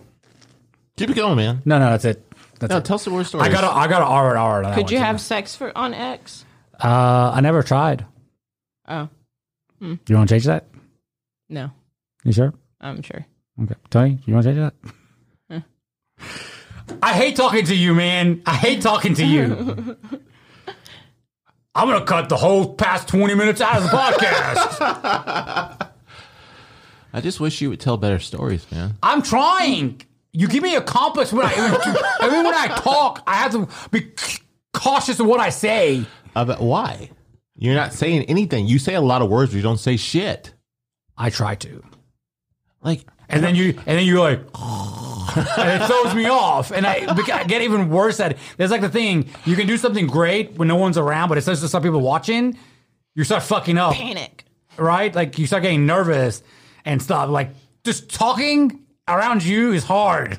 Keep it going, man.
No, no, that's it. That's
No,
it.
tell some more stories.
I got a, I got an R and R. on that
Could
one,
you
too.
have sex for on X?
Uh, I never tried.
Oh,
You want to change that?
no.
You sure?
I'm sure.
Okay, Tony, you want to change that? I hate talking to you, man. I hate talking to you. I'm gonna cut the whole past 20 minutes out of the podcast.
I just wish you would tell better stories, man.
I'm trying. You give me a compass when I even, even when I talk. I have to be cautious of what I say.
About why? You're not saying anything. You say a lot of words, but you don't say shit.
I try to.
Like
And then you, and then you're like, and it throws me off, and I, beca- I get even worse at. it. There's like the thing you can do something great when no one's around, but it starts to stop people watching. You start fucking up,
Panic.
right? Like you start getting nervous and stuff. Like just talking around you is hard.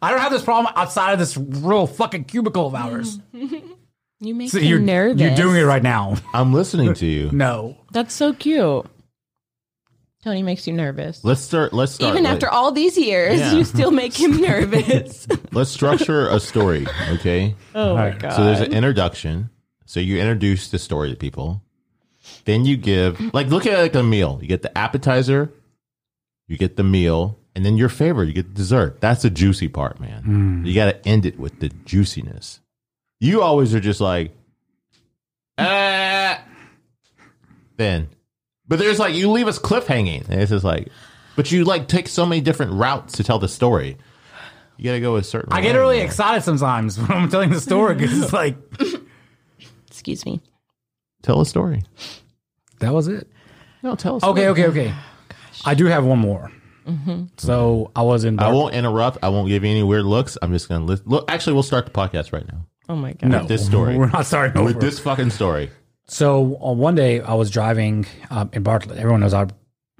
I don't have this problem outside of this real fucking cubicle of ours.
You make
So
me
you're
nervous.
You're doing it right now.
I'm listening to you.
No,
That's so cute. Tony makes you nervous.
Let's start. Let's start.
Even
like-
after all these years,
Yeah.
you still make him nervous.
let's structure a story. Okay.
oh my
right.
god.
So there's an introduction. So you introduce the story to people. Then you give like look at it like a meal. You get the appetizer, you get the meal, and then your favorite, you get the dessert. That's the juicy part, man. You got to end it with the juiciness. You always are just like, ah. Then, but there's like you leave us cliffhanging. And it's just like, but you like take so many different routes to tell the story. You got to go a certain.
I get
way,
really
man.
excited sometimes when I'm telling the story because it's like
Excuse me.
Tell a story.
that was it.
No, tell. A story.
Okay, okay, okay. I do have one more. So I was in.
I won't interrupt. I won't give you any weird looks. I'm just gonna list. Look, actually, we'll start the podcast right now
Oh my god.
No,
this story.
We're not starting over.
with this fucking story.
So uh, one day I was driving um, in Bartlett. Everyone knows how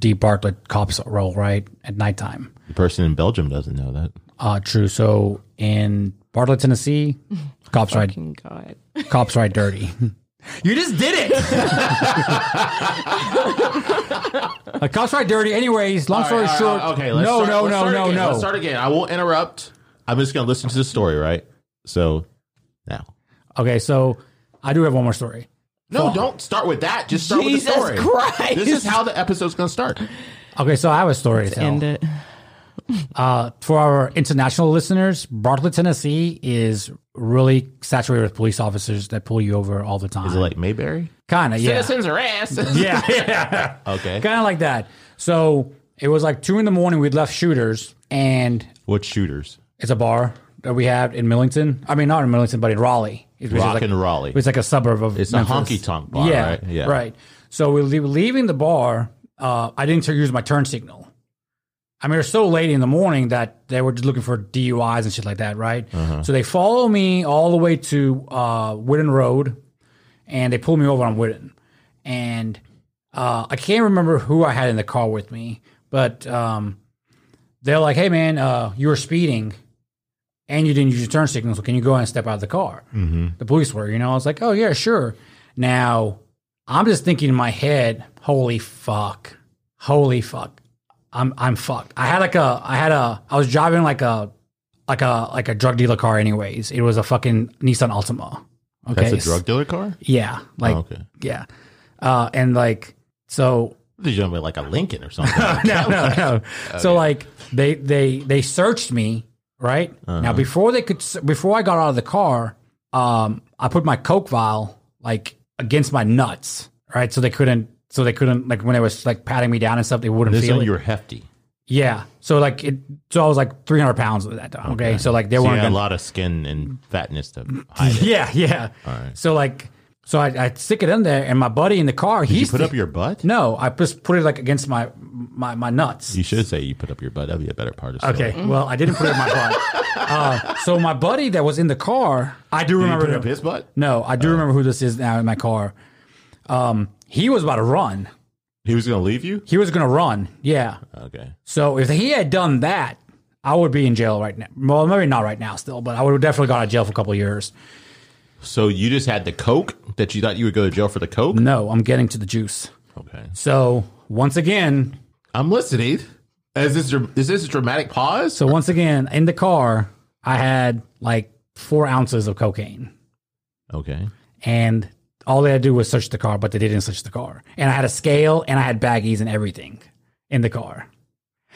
deep Bartlett cops roll, right? At nighttime.
The person in Belgium doesn't know that.
Uh, true. So in Bartlett, Tennessee, cops ride
Fucking god.
cops ride dirty. You just did it. Uh, cops ride dirty. Anyways, long story short.
okay, let's
no,
start,
no,
let's
no,
start
no,
again.
no.
Let's start again. I won't interrupt. I'm just gonna listen to the story, right? So now,
Okay, so I do have one more story.
no, don't start with that. Just start with
Jesus
the story.
Christ.
This is how the episode's gonna start.
Okay, so I have a story to tell.
End it.
for our international listeners, Bartlett, Tennessee is really saturated with police officers that pull you over all the time.
Is it like Mayberry?
kind of, yeah.
Citizens arrest.
Yeah, yeah.
Okay.
kind of like that. So it was like two in the morning. We'd left shooters, and
What shooters?
it's a bar that we have in Millington. I mean, not in Millington, but in Raleigh. It was
Rock
like-
and Raleigh.
It's like a suburb of.
It's a honky-tonk bar,
yeah,
right? Yeah.
right. So we were leaving the bar. Uh, I didn't use my turn signal. I mean, it was so late in the morning that they were just looking for DUIs and shit like that, right?
Uh-huh.
So they follow me all the way to uh, Whitten Road, and they pull me over on Whitten. And uh, I can't remember who I had in the car with me, but um, they're like, "Hey, man, uh, you were speeding." and you didn't use your turn signal, so can you go ahead and step out of the car? Mm-hmm. The police were, you know, I was like, oh, yeah, sure. Now, I'm just thinking in my head, holy fuck, holy fuck, I'm I'm fucked. I had like a, I had a, I was driving like a, like a, like a drug dealer car. Anyways, it was a fucking Nissan Altima. Okay,
That's a drug dealer car? Oh,
Yeah, like
okay.
yeah, uh, and like so
These gentlemen like a Lincoln or something.
no, no, no. So like they they they searched me right
Uh-huh.
now before they could s- before I got out of the car. Um, I put my coke vial like against my nuts, right? So they couldn't. So they couldn't like when they was like patting me down and stuff, they wouldn't
this
feel
one
it.
you were hefty.
yeah. So like it. So I was like 300 pounds at that time. Okay. So like they
So you
weren't
had a
gonna,
lot of skin and fatness
Mm.
to hide it.
Yeah, yeah. So like, so I, I stick it in there, and my buddy in the car,
Did
he
you put up your butt?
No, I just put it like against my my my nuts.
You should say you put up your butt. That'd be a better part of the story.
Okay. Well, I didn't put it in my butt. Uh, so my buddy that was in the car, I do
You
remember.
put up his Oh. butt?
no, I do remember who this is now in my car. Um, he was about to run.
He was going to leave you?
He was going to run. Yeah.
Okay.
So if he had done that, I would be in jail right now. Well, maybe not right now still, but I would have definitely gone to jail for a couple of years.
So you just had the Coke that you thought you would go to jail for the Coke?
No, I'm getting to the juice.
Okay.
So once again,
I'm listening. Is this, dr- is this a dramatic pause?
so once again in the car, I had like four ounces of cocaine.
Okay.
and all they had to do was search the car, but they didn't search the car. And I had a scale and I had baggies and everything in the car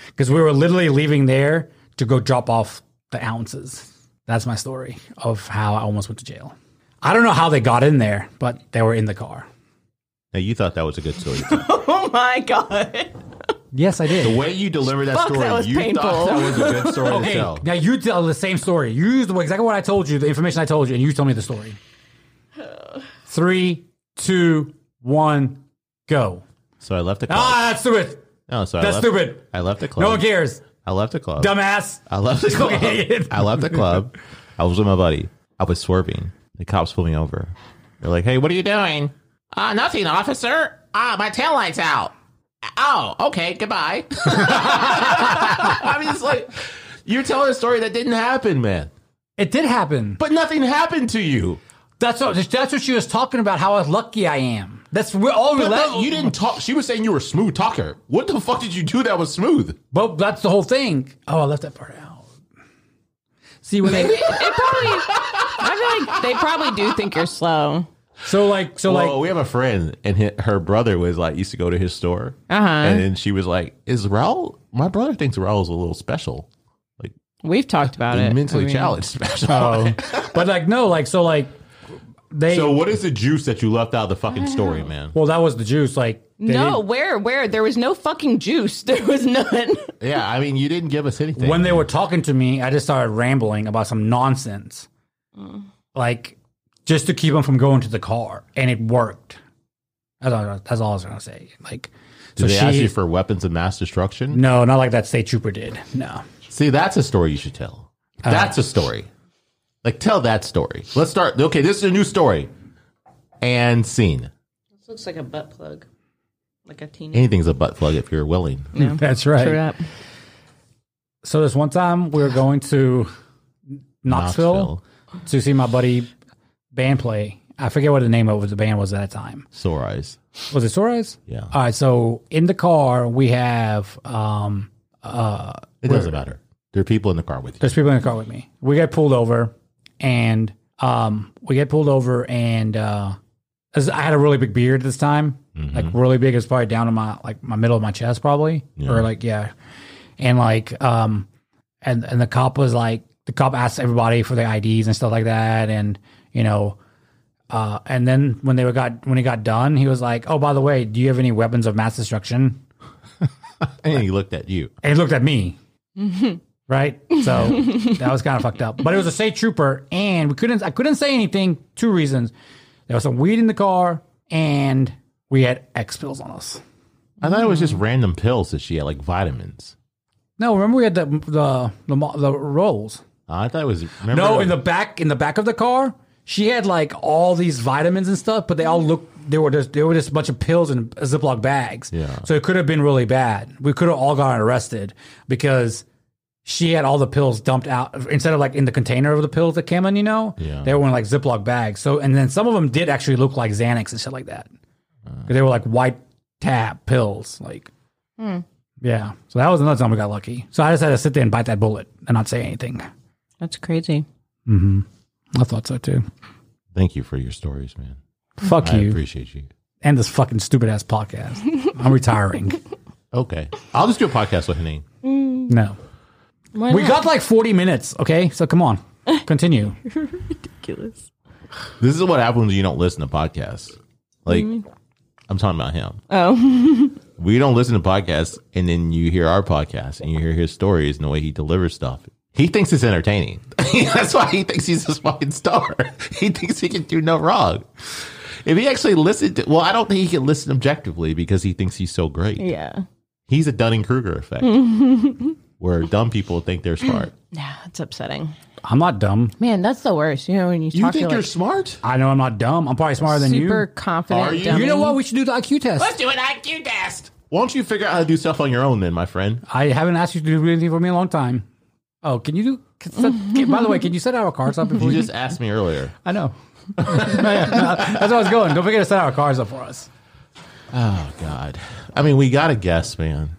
because we were literally leaving there to go drop off the ounces. That's my story of how I almost went to jail. I don't know how they got in there, but they were in the car.
Now you thought that was a good story.
oh my god.
Yes, I
the
did.
way you delivered that
Fuck,
story,
that was
you
painful.
thought that was a good story to
Okay,
tell.
now you tell the same story. You used exactly what I told you, the information I told you, and you tell me the story. Three, two, one, go.
So I left the club.
Ah, that's stupid.
no, so
That's
I left,
stupid.
I left the club.
No one cares.
I left the club.
dumbass.
I left the club.
Okay.
I left the club. I was with my buddy. I was swerving. The cops pulled me over. They're like, "Hey, what are you doing?" Uh, nothing, officer. Ah, my taillight's out. Oh, okay, goodbye. I mean, it's like you're telling a story that didn't happen, man.
It did happen.
But nothing happened to you.
That's what that's what she was talking about. How lucky I am. That's we're all we
But
let
no, you didn't talk. She was saying you were a smooth talker. What the fuck did you do that was smooth?
But that's the whole thing. Oh, I left that part out. See when they
It probably. I feel like they probably do think you're slow.
so like so
Well,
like
we have a friend, and hi her brother was like used to go to his store, and then she was like, "Is Raul? My brother thinks Raul's a little special, like
We've talked about it.
mentally
I mean,
challenged special."
but like no like so like they
Oh. so, what is the juice that you left out of the fucking story, man?
well that was the juice like they
No, where, where? There was no fucking juice. There was none.
Yeah, I mean, you didn't give us anything.
didn't- when they were talking to me I just started rambling about some nonsense like just to keep them from going to the car and it worked. That's all, that's all I was gonna say. Like
Did
so
they
she
ask you for weapons of mass destruction?
no not like that state trooper did no.
See, that's a story you should tell. That's a story. Like, tell that story. Let's start. Okay, this is a new story. And scene.
This looks like a butt plug, like a teeny.
Anything's a butt plug if you're willing.
That's right.
True up.
So this one time we were going to Knoxville,
Knoxville.
to see my buddy band play. I forget what the name of the band was at that time.
Sore eyes.
Was it Sore Eyes?
Yeah.
All right. So in the car we have um uh
It doesn't matter. There are people in the car with you.
there's people in the car with me. We get pulled over and um we get pulled over and uh 'cause I had a really big beard at this time, like really big. It's probably down to my like my middle of my chest, probably or like yeah, and like um, and and the cop was like the cop asked everybody for their IDs and stuff like that, and you know. Uh, and then when they were got when he got done, he was like, "Oh, by the way, do you have any weapons of mass destruction?"
And he looked at you.
and he looked at me. Right, so that was kind of fucked up. But it was a state trooper, and we couldn't. I couldn't say anything. Two reasons: there was some weed in the car, and we had X pills on us.
I thought it was just
Mm.
random pills that she had, like vitamins.
No, remember we had the the the, mo- the rolls.
Uh, I thought it was. Remember
No, in the back in the back of the car, she had like all these vitamins and stuff, but they all looked they were just they were just a bunch of pills in Ziploc bags.
Yeah.
So it could have been really bad. We could have all gotten arrested because she had all the pills dumped out instead of like in the container of the pills that came in, you know?
Yeah.
They were in like Ziploc bags. So and then some of them did actually look like Xanax and shit like that.
Uh.
'Cause they were like white tab pills. Like Yeah. So that was another time we got lucky. So I just had to sit there and bite that bullet and not say anything.
That's crazy.
I thought so too.
Thank you for your stories, man.
Fuck
I
you.
appreciate you.
and this fucking stupid ass podcast. I'm retiring.
Okay, I'll just do a podcast with Hanine.
No. We got like 40 minutes, okay? So come on. Continue.
ridiculous.
This is what happens when you don't listen to podcasts. Like, I'm talking about him.
Mm-hmm. Oh,
We don't listen to podcasts, and then you hear our podcast and you hear his stories and the way he delivers stuff. He thinks it's entertaining. That's why he thinks he's this fucking star. He thinks he can do no wrong. If he actually listened to, well, I don't think he can listen objectively because he thinks he's so great.
yeah.
He's a Dunning Kruger effect where dumb people think they're smart.
Yeah, it's upsetting.
I'm not dumb.
Man, that's the worst. You know, when you,
You
talk
think
to
you're
like
smart?
I know I'm not dumb. I'm probably smarter than
super
Are
confident.
you?
you.
dummy.
You know what? We should do the IQ test.
do an IQ test. Won't you figure out how to do stuff on your own then, my friend?
I haven't asked you to do anything for me in a long time. Oh, can you do? Can, set- can- by the way, can you set our cars up before
You
you?
just asked me earlier.
I know. That's where I was going. Don't forget to set our cars up for us.
Oh God. I mean, we got a guess, man.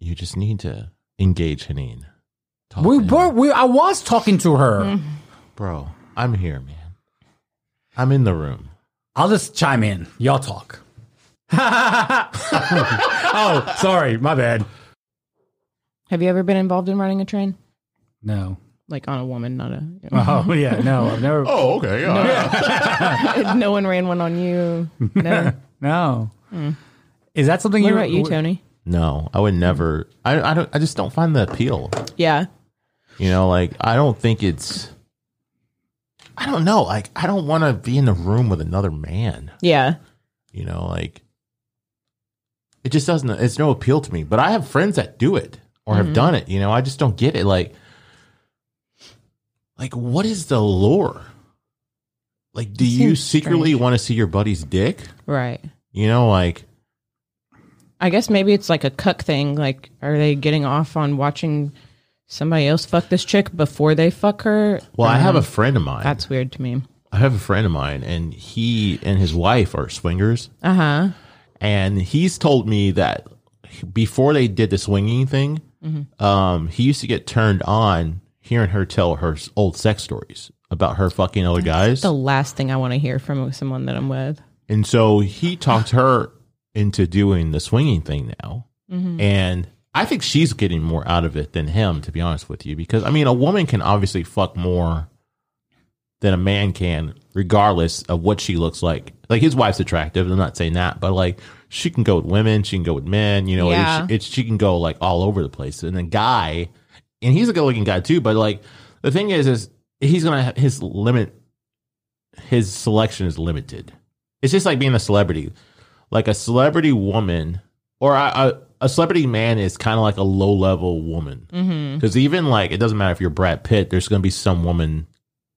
You just need to engage Hanine. Talk
We
to him.
were. We, I was talking to her.
bro. I'm here, man. I'm in the room.
I'll just chime in. Y'all talk. oh, sorry. My bad.
Have you ever been involved in running a train?
No.
Like on a woman, not a.
Oh yeah, no, I've never.
Oh, okay. Yeah.
no one ran one on you. No.
No, Hmm. is that something
What
you?
about you, Tony?
No, I would never. I, I don't. I just don't find the appeal.
Yeah.
You know, like I don't think it's. I don't know. Like I don't want to be in the room with another man.
Yeah.
You know, like it just doesn't. It's no appeal to me. But I have friends that do it or have done it. You know, I just don't get it. Like, like what is the lure? Like, do you
seems
secretly want to see your buddy's dick?
Right.
You know, like
I guess maybe it's like a cuck thing. Like, are they getting off on watching somebody else fuck this chick before they fuck her?
Well, I have a friend of mine.
That's weird to me.
I have a friend of mine, and he and his wife are swingers.
Uh huh.
And he's told me that before they did the swinging thing, um, he used to get turned on hearing her tell her s- old sex stories about her fucking other guys.
The last thing I want to hear from someone that I'm with.
And so he talked her into doing the swinging thing now. And I think she's getting more out of it than him, to be honest with you, because I mean, a woman can obviously fuck more than a man can, regardless of what she looks like. Like his wife's attractive. I'm not saying that, but like she can go with women, she can go with men, you know,
Yeah.
it's, it's, she can go like all over the place. And a guy, and he's a good looking guy too, but like the thing is, is he's going to have his limit, his selection is limited it's just like being a celebrity like a celebrity woman or a, a, a celebrity man is kind of like a low level woman because even like it doesn't matter if you're brad pitt there's going to be some woman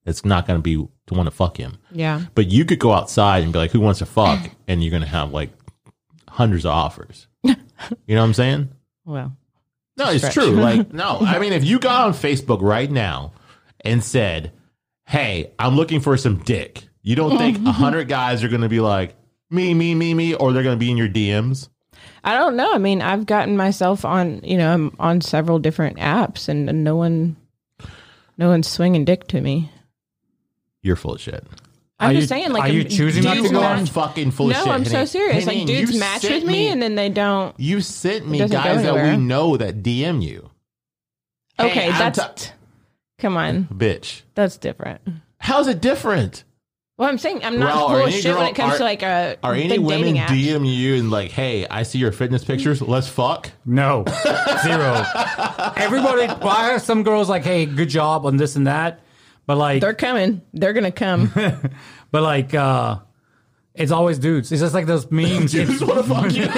that's not going to be to want to fuck him
Yeah.
but you could go outside and be like who wants to fuck and you're going to have like hundreds of offers you know what i'm saying
Well,
no, it's
stretch.
true. Like, no, I mean, if you got on Facebook right now and said, "Hey, I'm looking for some dick," you don't think a hundred guys are going to be like, "Me, me, me, me," or they're going to be in your DMs?
I don't know. I mean, I've gotten myself on, you know, I'm on several different apps and, and no one, no one's swinging dick to me.
You're full of shit.
I'm
Are
just
you-
saying, like,
are you
um,
choosing not
dudes
to go
match-
on?
I'm fucking full of
No,
shit.
I'm so
Henning.
serious. Like,
Henning,
dudes
you
match
sent
with me, and then they don't.
you sent me
doesn't go
guys that we
anywhere.
know that DM you,
Okay,
I'm
that's. Come on,
bitch.
that's different.
How's it different?
Well, I'm saying I'm not
Well, are
full of
any
shit when it
girl-
comes
are-
to like a
Are any
big
women
dating app.
DM you and like, hey, I see your fitness pictures. Let's fuck.
No, zero. Everybody, well, I have some girls like, hey, good job on this and that, but like,
They're coming. They're gonna come.
but like, uh, it's always dudes. It's just like those memes.
Dudes
it's,
want to fuck you.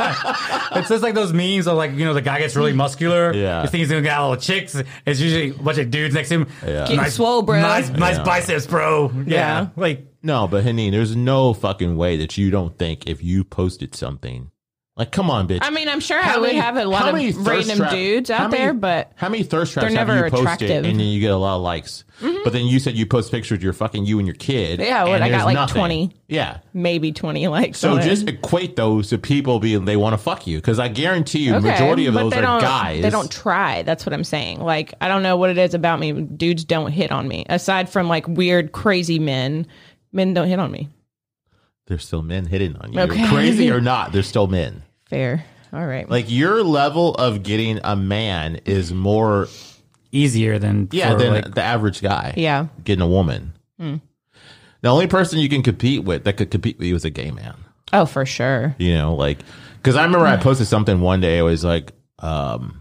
it's just like those memes of like, you know, the guy gets really muscular.
Yeah.
He thinks he's gonna get all the chicks. It's usually a bunch of dudes next to him.
Yeah.
Getting swole, bro.
Nice, nice
Yeah.
biceps, bro. Yeah.
Yeah.
Like,
No, but Henning, there's no fucking way that you don't think if you posted something, like, come on, bitch.
I mean, I'm sure
How
I would
many-
have a lot
how many
of
thirst
random
trap-
dudes
how
out
many-
there, but
how many thirst traps
they're
have
never
you posted
attractive. Mm-hmm.
and then you get a lot of likes? But then you said you post pictures of your fucking you and your kid.
Yeah, what,
and
I got
there's
like
nothing.
20.
Yeah.
maybe 20 likes.
So
on it.
just equate those to people being they want to fuck you because I guarantee you,
Okay,
majority of
but
those
they
are
don't-
guys.
They don't try. That's what I'm saying. Like I don't know what it is about me. Dudes don't hit on me. Aside from like weird, crazy men, men don't hit on me.
They're still men hitting on you.
Okay.
Crazy or not, they're still men.
Fair. All right.
Like your level of getting a man is more
easier than,
yeah
for,
than
like,
the average guy.
yeah. Hmm.
getting a woman. The only person you can compete with that could compete with you is a gay man.
Oh, for sure.
You know, like because I remember I
Hmm.
posted something one day. It was like, um,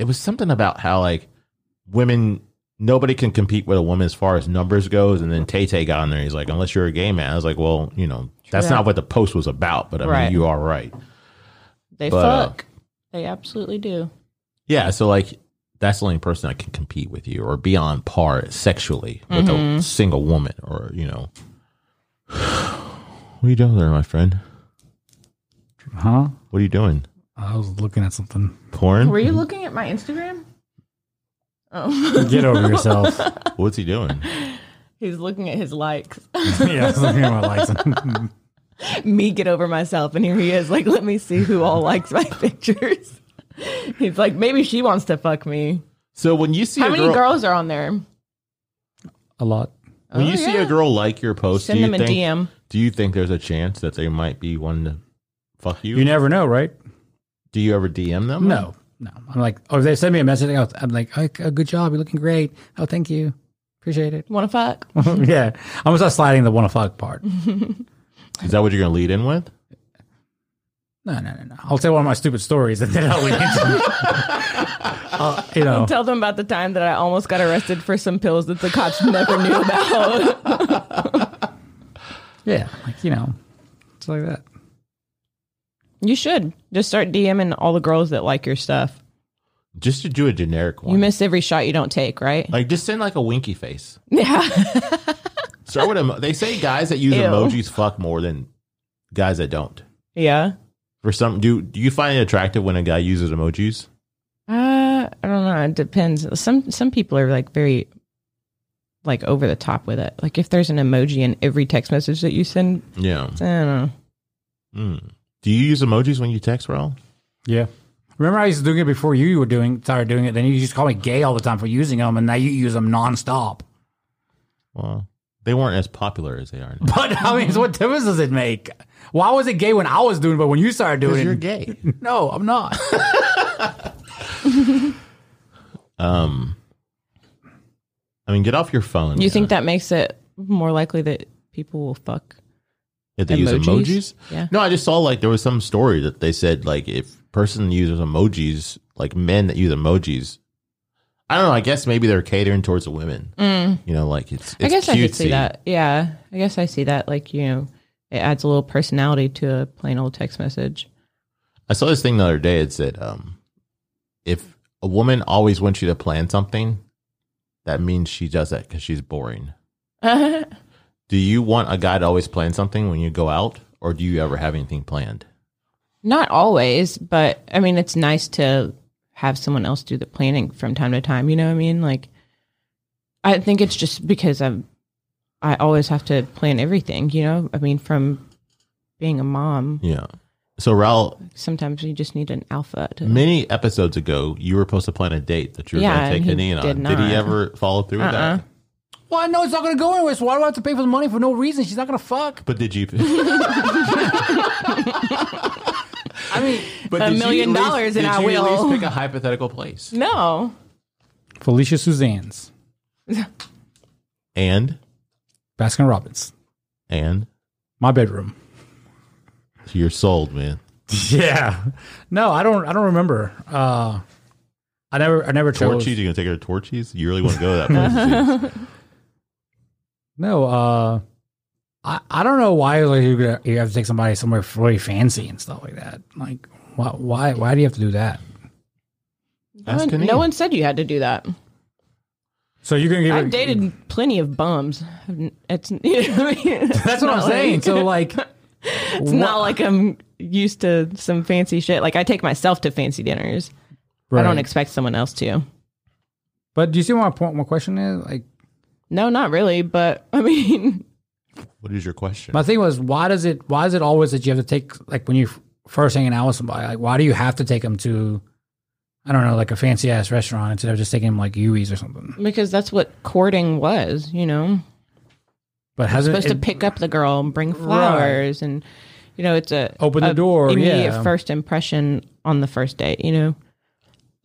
it was something about how like women nobody can compete with a woman as far as numbers goes. And then Tay Tay got on there. He's like, unless you're a gay man. I was like, well, you know, that's
that.
not what the post was about. But I
Right.
mean, you are right.
They
But, uh,
fuck. they absolutely do.
Yeah. So like. That's the only person that can compete with you or be on par sexually with
Mm-hmm.
a single woman or, you know. what are you doing there, my friend?
huh?
What are you doing?
I was looking at something.
Porn?
Were you looking at my Instagram? Oh.
Get over yourself.
What's he doing?
He's looking at his likes.
yeah, I was looking at my likes.
me get over myself, and here he is. Like, let me see who all likes my pictures. He's like, maybe she wants to fuck me.
So when you see
How
a
many
girl,
girls are on there?
a lot.
when you
Oh,
see
yeah.
a girl like your post,
Send
do you
them a
think,
DM.
Do you think there's a chance that they might be one to fuck you?
You never know, right?
do you ever DM them?
No, no. I'm like, oh, they send me a message. I'll- I'm like, oh, oh, good job. You're looking great. Oh, thank you. Appreciate it.
Want to fuck?
yeah. I'm going to start sliding the want to fuck part. no,
Is that what you're going to lead in with?
no, no, no. I'll tell one of my stupid stories and then I'll leave. uh, you
Oh.
know,
Tell them about the time that I almost got arrested for some pills that the cops never knew about.
yeah, like, you know, it's like that.
You should just start DMing all the girls that like your stuff.
Just to do a generic one.
You miss every shot you don't take, right?
like just send like a winky face.
Yeah.
Start with emo- they say guys that use
Ew.
emojis fuck more than guys that don't.
Yeah.
For some, do do you find it attractive when a guy uses emojis?
Uh, I don't know. It depends. Some some people are like very like over the top with it. Like if there's an emoji in every text message that you send,
Yeah.
I don't know.
Mm. Do you use emojis when you text, Raul?
Yeah. Remember, I used to doing it before you were doing started doing it. Then you used to call me gay all the time for using them, and now you use them nonstop.
Well, they weren't as popular as they are. now.
But I mean, what difference does it make? Why was it gay when I was doing it, but when you started doing
Because
it?
you're gay.
No, I'm not.
Um, I mean, get off your phone. uh,
You think that makes it more likely that people will fuck?
if they use
emojis?
emojis?
Yeah.
No, I just saw like there was some story that they said like if person uses emojis, like men that use emojis, I don't know. I guess maybe they're catering towards the women. You know, like it's. it's
Mm. I guess I could see
cutesy.
that. Yeah, I guess I see that. Like you know, it adds a little personality to a plain old text message.
I saw this thing the other day. It said, um, if a woman always wants you to plan something, that means she does that because she's boring. do you want a guy to always plan something when you go out, or do you ever have anything planned?
Not always, but I mean, it's nice to have someone else do the planning from time to time. You know what I mean? Like, I think it's just because I'm, I always have to plan everything. You know, I mean, from being a mom,
Yeah. So, Raul,
sometimes you just need an alpha. To,
many episodes ago, you were supposed to plan a date that you were
Yeah,
going to take
and he
Hanine on.
did
Did Uh-uh.
not.
he ever follow through with that?
Well, I know it's not going to go anywhere, so why do I have to pay for the money for no reason? She's not going to fuck.
But did you? but
I mean,
did you
million
at least-
dollars
did
and I
you at
will.
least pick a hypothetical place.
No.
Felicia Suzanne's,
And
Baskin Robbins,
and
my bedroom.
you're sold, man.
Yeah. No, I don't. I don't remember. Uh, I never. I never chose.
Torchies, you gonna take her to Torchies? You really want to go to that place?
No. Uh, I I don't know why like you gonna- you have to take somebody somewhere really fancy and stuff like that. Like why why why do you have to do that?
No
Ask
one,
Anita.
no one said you had to do that.
So you're gonna give
I've
mm.
dated plenty of bums. It's, you know what I mean?
That's what I'm
Not
saying.
like-
So like,
it's not like I'm used to some fancy shit. Like I take myself to fancy dinners. I don't expect someone else to.
But do you see what my point? My question is like,
No, not really. But I mean,
what is your question?
my thing was why does it why is it always that you have to take like when you f- first hanging out with somebody like why do you have to take them to I don't know like a fancy ass restaurant instead of just taking them like Yui's or something.
because that's what courting was, you know,
But hasn't
supposed to
it-
pick up the girl and bring flowers and, you know, it's a
Open the
a
door,
immediate
yeah.
first impression on the first date, you know.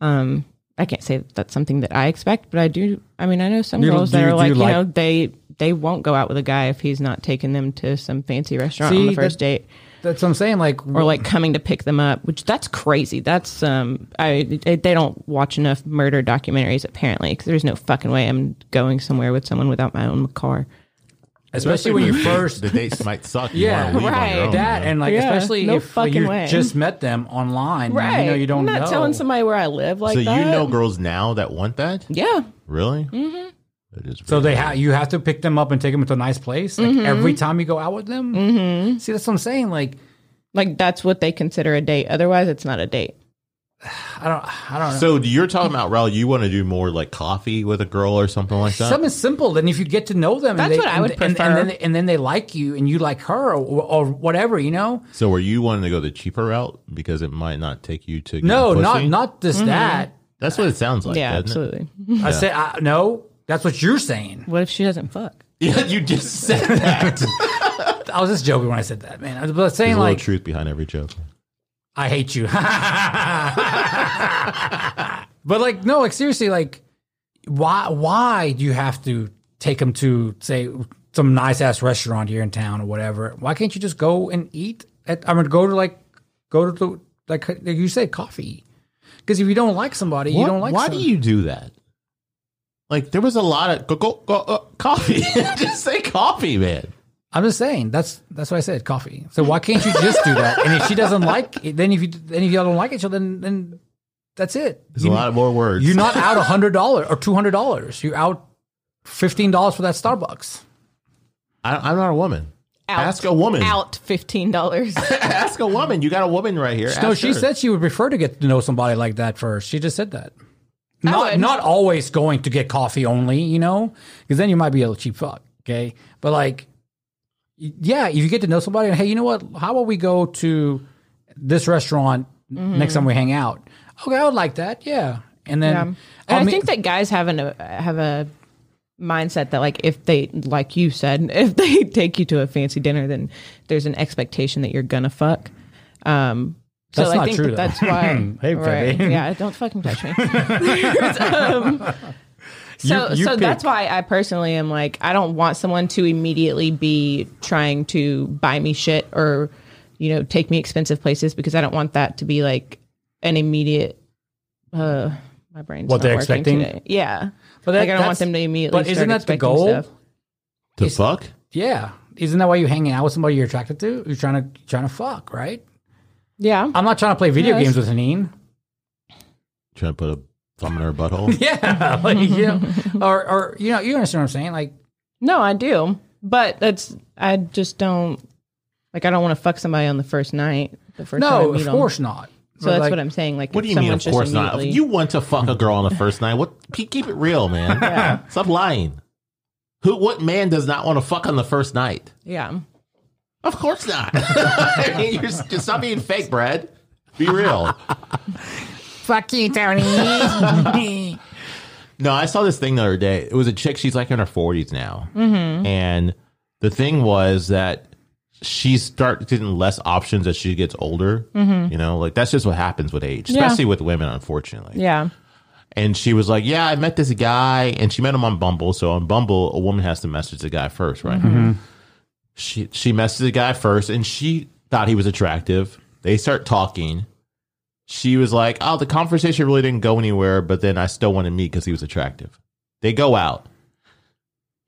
Um, I can't say that that's something that I expect, but I do. I mean, I know some
You-
girls
do
that
you-
are
do
like,
you
you
like-
know, they they won't go out with a guy if he's not taking them to some fancy restaurant
See,
on the
that-
first date.
that's what I'm saying like
or like coming to pick them up, which that's crazy. That's um, I they they don't watch enough murder documentaries apparently because there's no fucking way I'm going somewhere with someone without my own car.
especially when you first
the dates might suck. You
Yeah,
wanna leave on
right.
your own,
that
you know?
and like
Yeah,
especially
no
if like,
fucking
you
way.
just met them online right you know you don't
I'm not
know.
telling somebody where I live like
so
that.
you know girls now that want that?
yeah,
Really? Mm-hmm. It is
so
really-
they have you have to pick them up and take them to a nice place like
Mm-hmm.
every time you go out with them. Mm-hmm. See that's what I'm saying like
like that's what they consider a date. Otherwise, it's not a date.
I don't I don't know.
So you're talking about Raul? You want to do more like coffee with a girl or something like that?
Something simple. Then if you get to know them,
That's
and they,
what I
and-
would
and, And,
prefer.
then, and then they like you, and you like her, or, or whatever. You know,
so are you wanting to go the cheaper route because it might not take you to get
no,
pussy?
not not
Mm-hmm.
just that.
That's what it sounds like.
yeah,
doesn't It?
absolutely.
I said I, no. That's what you're saying.
What if she doesn't fuck?
Yeah, you just said that.
I was just joking when I said that, man. I was just saying
There's a little
like
truth behind every joke.
I hate you. but like no, like seriously, like why why do you have to take them to say some nice ass restaurant here in town or whatever? Why can't you just go and eat at I'm gonna go to like go to the like like you said coffee. Because if you don't like somebody, you
What-
don't like
Why
some-
do you do that? Like there was a lot of go, go, go, uh, coffee. just say coffee, man.
I'm just saying that's that's what I said, coffee. So why can't you just do that? And if she doesn't like it, then if you then if y'all don't like each other, then then that's it.
There's a lot of more words.
You're not out hundred dollars or two hundred dollars. You're out fifteen dollars for that Starbucks.
I, I'm not a woman.
Out.
Ask a woman.
Out fifteen dollars.
Ask a woman. You got a woman right here.
No,
Ask
she
her.
said she would prefer to get to know somebody like that first. She just said that. Not
would.
not always going to get coffee only, you know, because then you might be a cheap fuck. Okay, but like, y- yeah, if you get to know somebody, and hey, you know what? How about we go to this restaurant
Mm-hmm.
next time we hang out? Okay, I would like that. Yeah, and then
Um,
I'll
and I
meet-
think that guys have an uh, have a mindset that like if they like you said if they take you to a fancy dinner then there's an expectation that you're gonna fuck. Um, so
That's
I
not
think
true,
that
though.
that's why.
Hey,
right,
baby.
yeah, don't fucking touch me. Um, so
You- you
so
pick.
that's why I personally am like I don't want someone to immediately be trying to buy me shit or you know take me expensive places because I don't want that to be like an immediate uh my brain's
What
not
they're
working
expecting?
today. yeah
But
but
that-
like, I don't
that's-
want them to immediately
but isn't
start
that the
expecting
goal?
stuff.
to fuck.
yeah, isn't that why you're hanging out with somebody you're attracted to? You're trying to trying to fuck, right?
yeah
I'm not trying to play video
Yes.
games with Haneen.
Trying to put a thumb in her butthole.
Yeah, like you know, or or you know, you understand what I'm saying? Like,
no I do but that's I just don't like I don't want to fuck somebody on the first night the first time I
no,
meet
of
'em.
course not.
so that's what I'm saying like
What do
if
you mean?
someone's
Of
just
course not.
immediately-
You want to fuck a girl on the first night? What? P- Keep it real, man. Stop lying. Who? What man does not want to fuck on the first night?
yeah
Of course not. You're s- just stop being fake, Brad. Be real.
Fuck you, Tony.
No, I saw this thing the other day. It was a chick. She's like in her forties now, and the thing was that she starts getting less options as she gets older. You know, like that's just what happens with age,
Yeah.
especially with women, unfortunately.
Yeah.
And she was like, "Yeah, I met this guy, and she met him on Bumble. So on Bumble, a woman has to message the guy first, right? She she messaged the guy first, and she thought he was attractive. They start talking. She was like, "Oh, the conversation really didn't go anywhere, but then I still want to meet because he was attractive." They go out.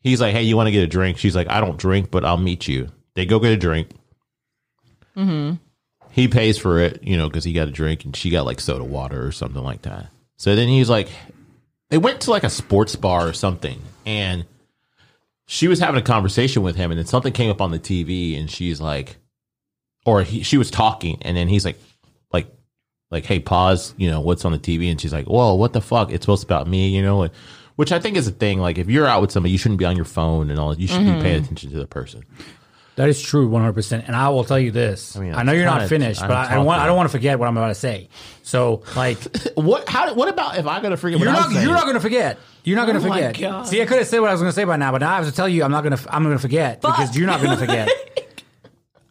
He's like, "Hey, you want to get a drink?" She's like, "I don't drink, but I'll meet you." They go get a drink. He pays for it, you know, because he got a drink and she got like soda water or something like that. So then he's like, they went to like a sports bar or something, and she was having a conversation with him, and then something came up on the TV, and she's like, or he, she was talking, and then he's like, like, like, hey, pause, you know, what's on the TV? And she's like, whoa, what the fuck? It's supposed to be about me, you know, and, which I think is a thing. Like, if you're out with somebody, you shouldn't be on your phone and all. You should be paying attention to the person.
That is true, one hundred percent. And I will tell you this: I,
mean,
know you're
I'm kinda-
not finished,
I'm
but I, I want I
talking.
don't want to forget what I'm about to say. So, like,
What? How? What about if I gotta forget?
you're
what
not
I'm saying?
you're not going to forget. You're not going to
Oh my
forget.
God.
See, I could have said what I was going to say by now, but now I have to tell you, I'm not going to I'm going to forget because you're not going to forget.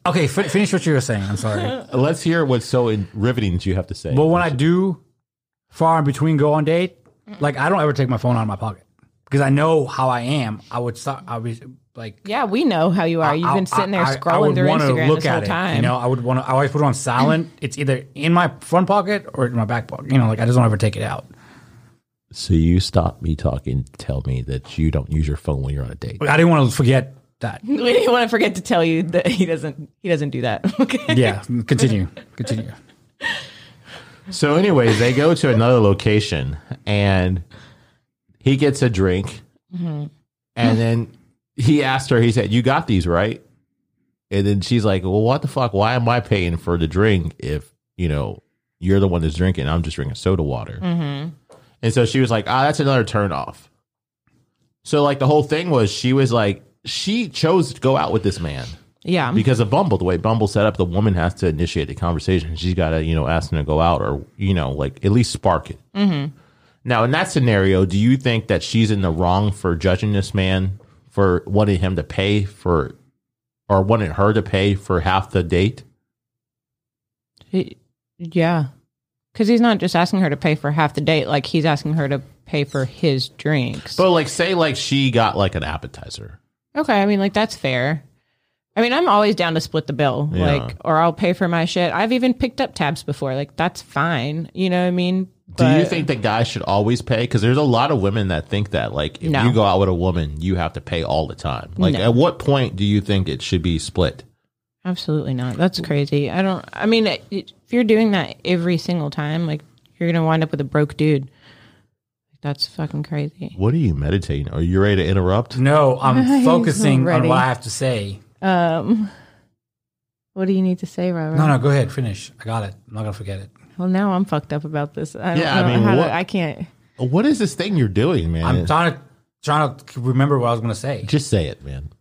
okay, fi- finish what you were saying. I'm sorry.
Let's hear what's so in- riveting that you have to say.
But when I do far in between go on date, like I don't ever take my phone out of my pocket because I know how I am. I would start. I would like
Yeah, we know how you are. You've
I'll-
been sitting there
I- I- I
scrolling
would
through
wanna
Instagram this whole
it,
time. Mm.
You know, I would want to. I always put it on silent. it's either in my front pocket or in my back pocket. You know, like I just don't ever take it out.
So you stop me talking, tell me that you don't use your phone when you're on a date.
But I didn't want to forget that.
we didn't want to forget to tell you that he doesn't. He doesn't do that. Okay.
Yeah, continue, continue.
So, anyways, they go to another location and he gets a drink. And then he asked her, he said, You got these, right? And then she's like, Well, what the fuck? Why am I paying for the drink if, you know, you're the one that's drinking? I'm just drinking soda water. And so she was like, Ah, that's another turn off. So, like, the whole thing was she was like, she chose to go out with this man.
Yeah.
because of Bumble, the way Bumble set up, the woman has to initiate the conversation. She's got to, you know, ask him to go out or, you know, like at least spark it. Mm-hmm. Now, in that scenario, do you think that she's in the wrong for judging this man for wanting him to pay for or wanting her to pay for half the date?
He- yeah. Because he's not just asking her to pay for half the date. Like he's asking her to pay for his drinks.
But like, say like she got like an appetizer.
Okay, I mean, like that's fair. I mean, I'm always down to split the bill,
Yeah.
like, or I'll pay for my shit. I've even picked up tabs before, like that's fine. You know what I mean?
Do you
But-
think the guy should always pay? Because there's a lot of women that think that, like, if
No.
you go out with a woman, you have to pay all the time. Like,
No.
at what point do you think it should be split?
Absolutely not. That's crazy. I don't. I mean, it- if you're doing that every single time, like you're gonna wind up with a broke dude. That's fucking crazy.
What are you meditating? Are you ready to interrupt?
No, I'm focusing on
ready.
what I have to say.
Um, what do you need to say, Robert?
No, no, go ahead, finish. I got it. I'm not gonna forget it.
Well, now I'm fucked up about this. I don't
Yeah, I
know
mean,
how
what-
to, I can't.
What is this thing you're doing, man?
I'm trying to trying to remember what I was gonna say.
Just say it, man.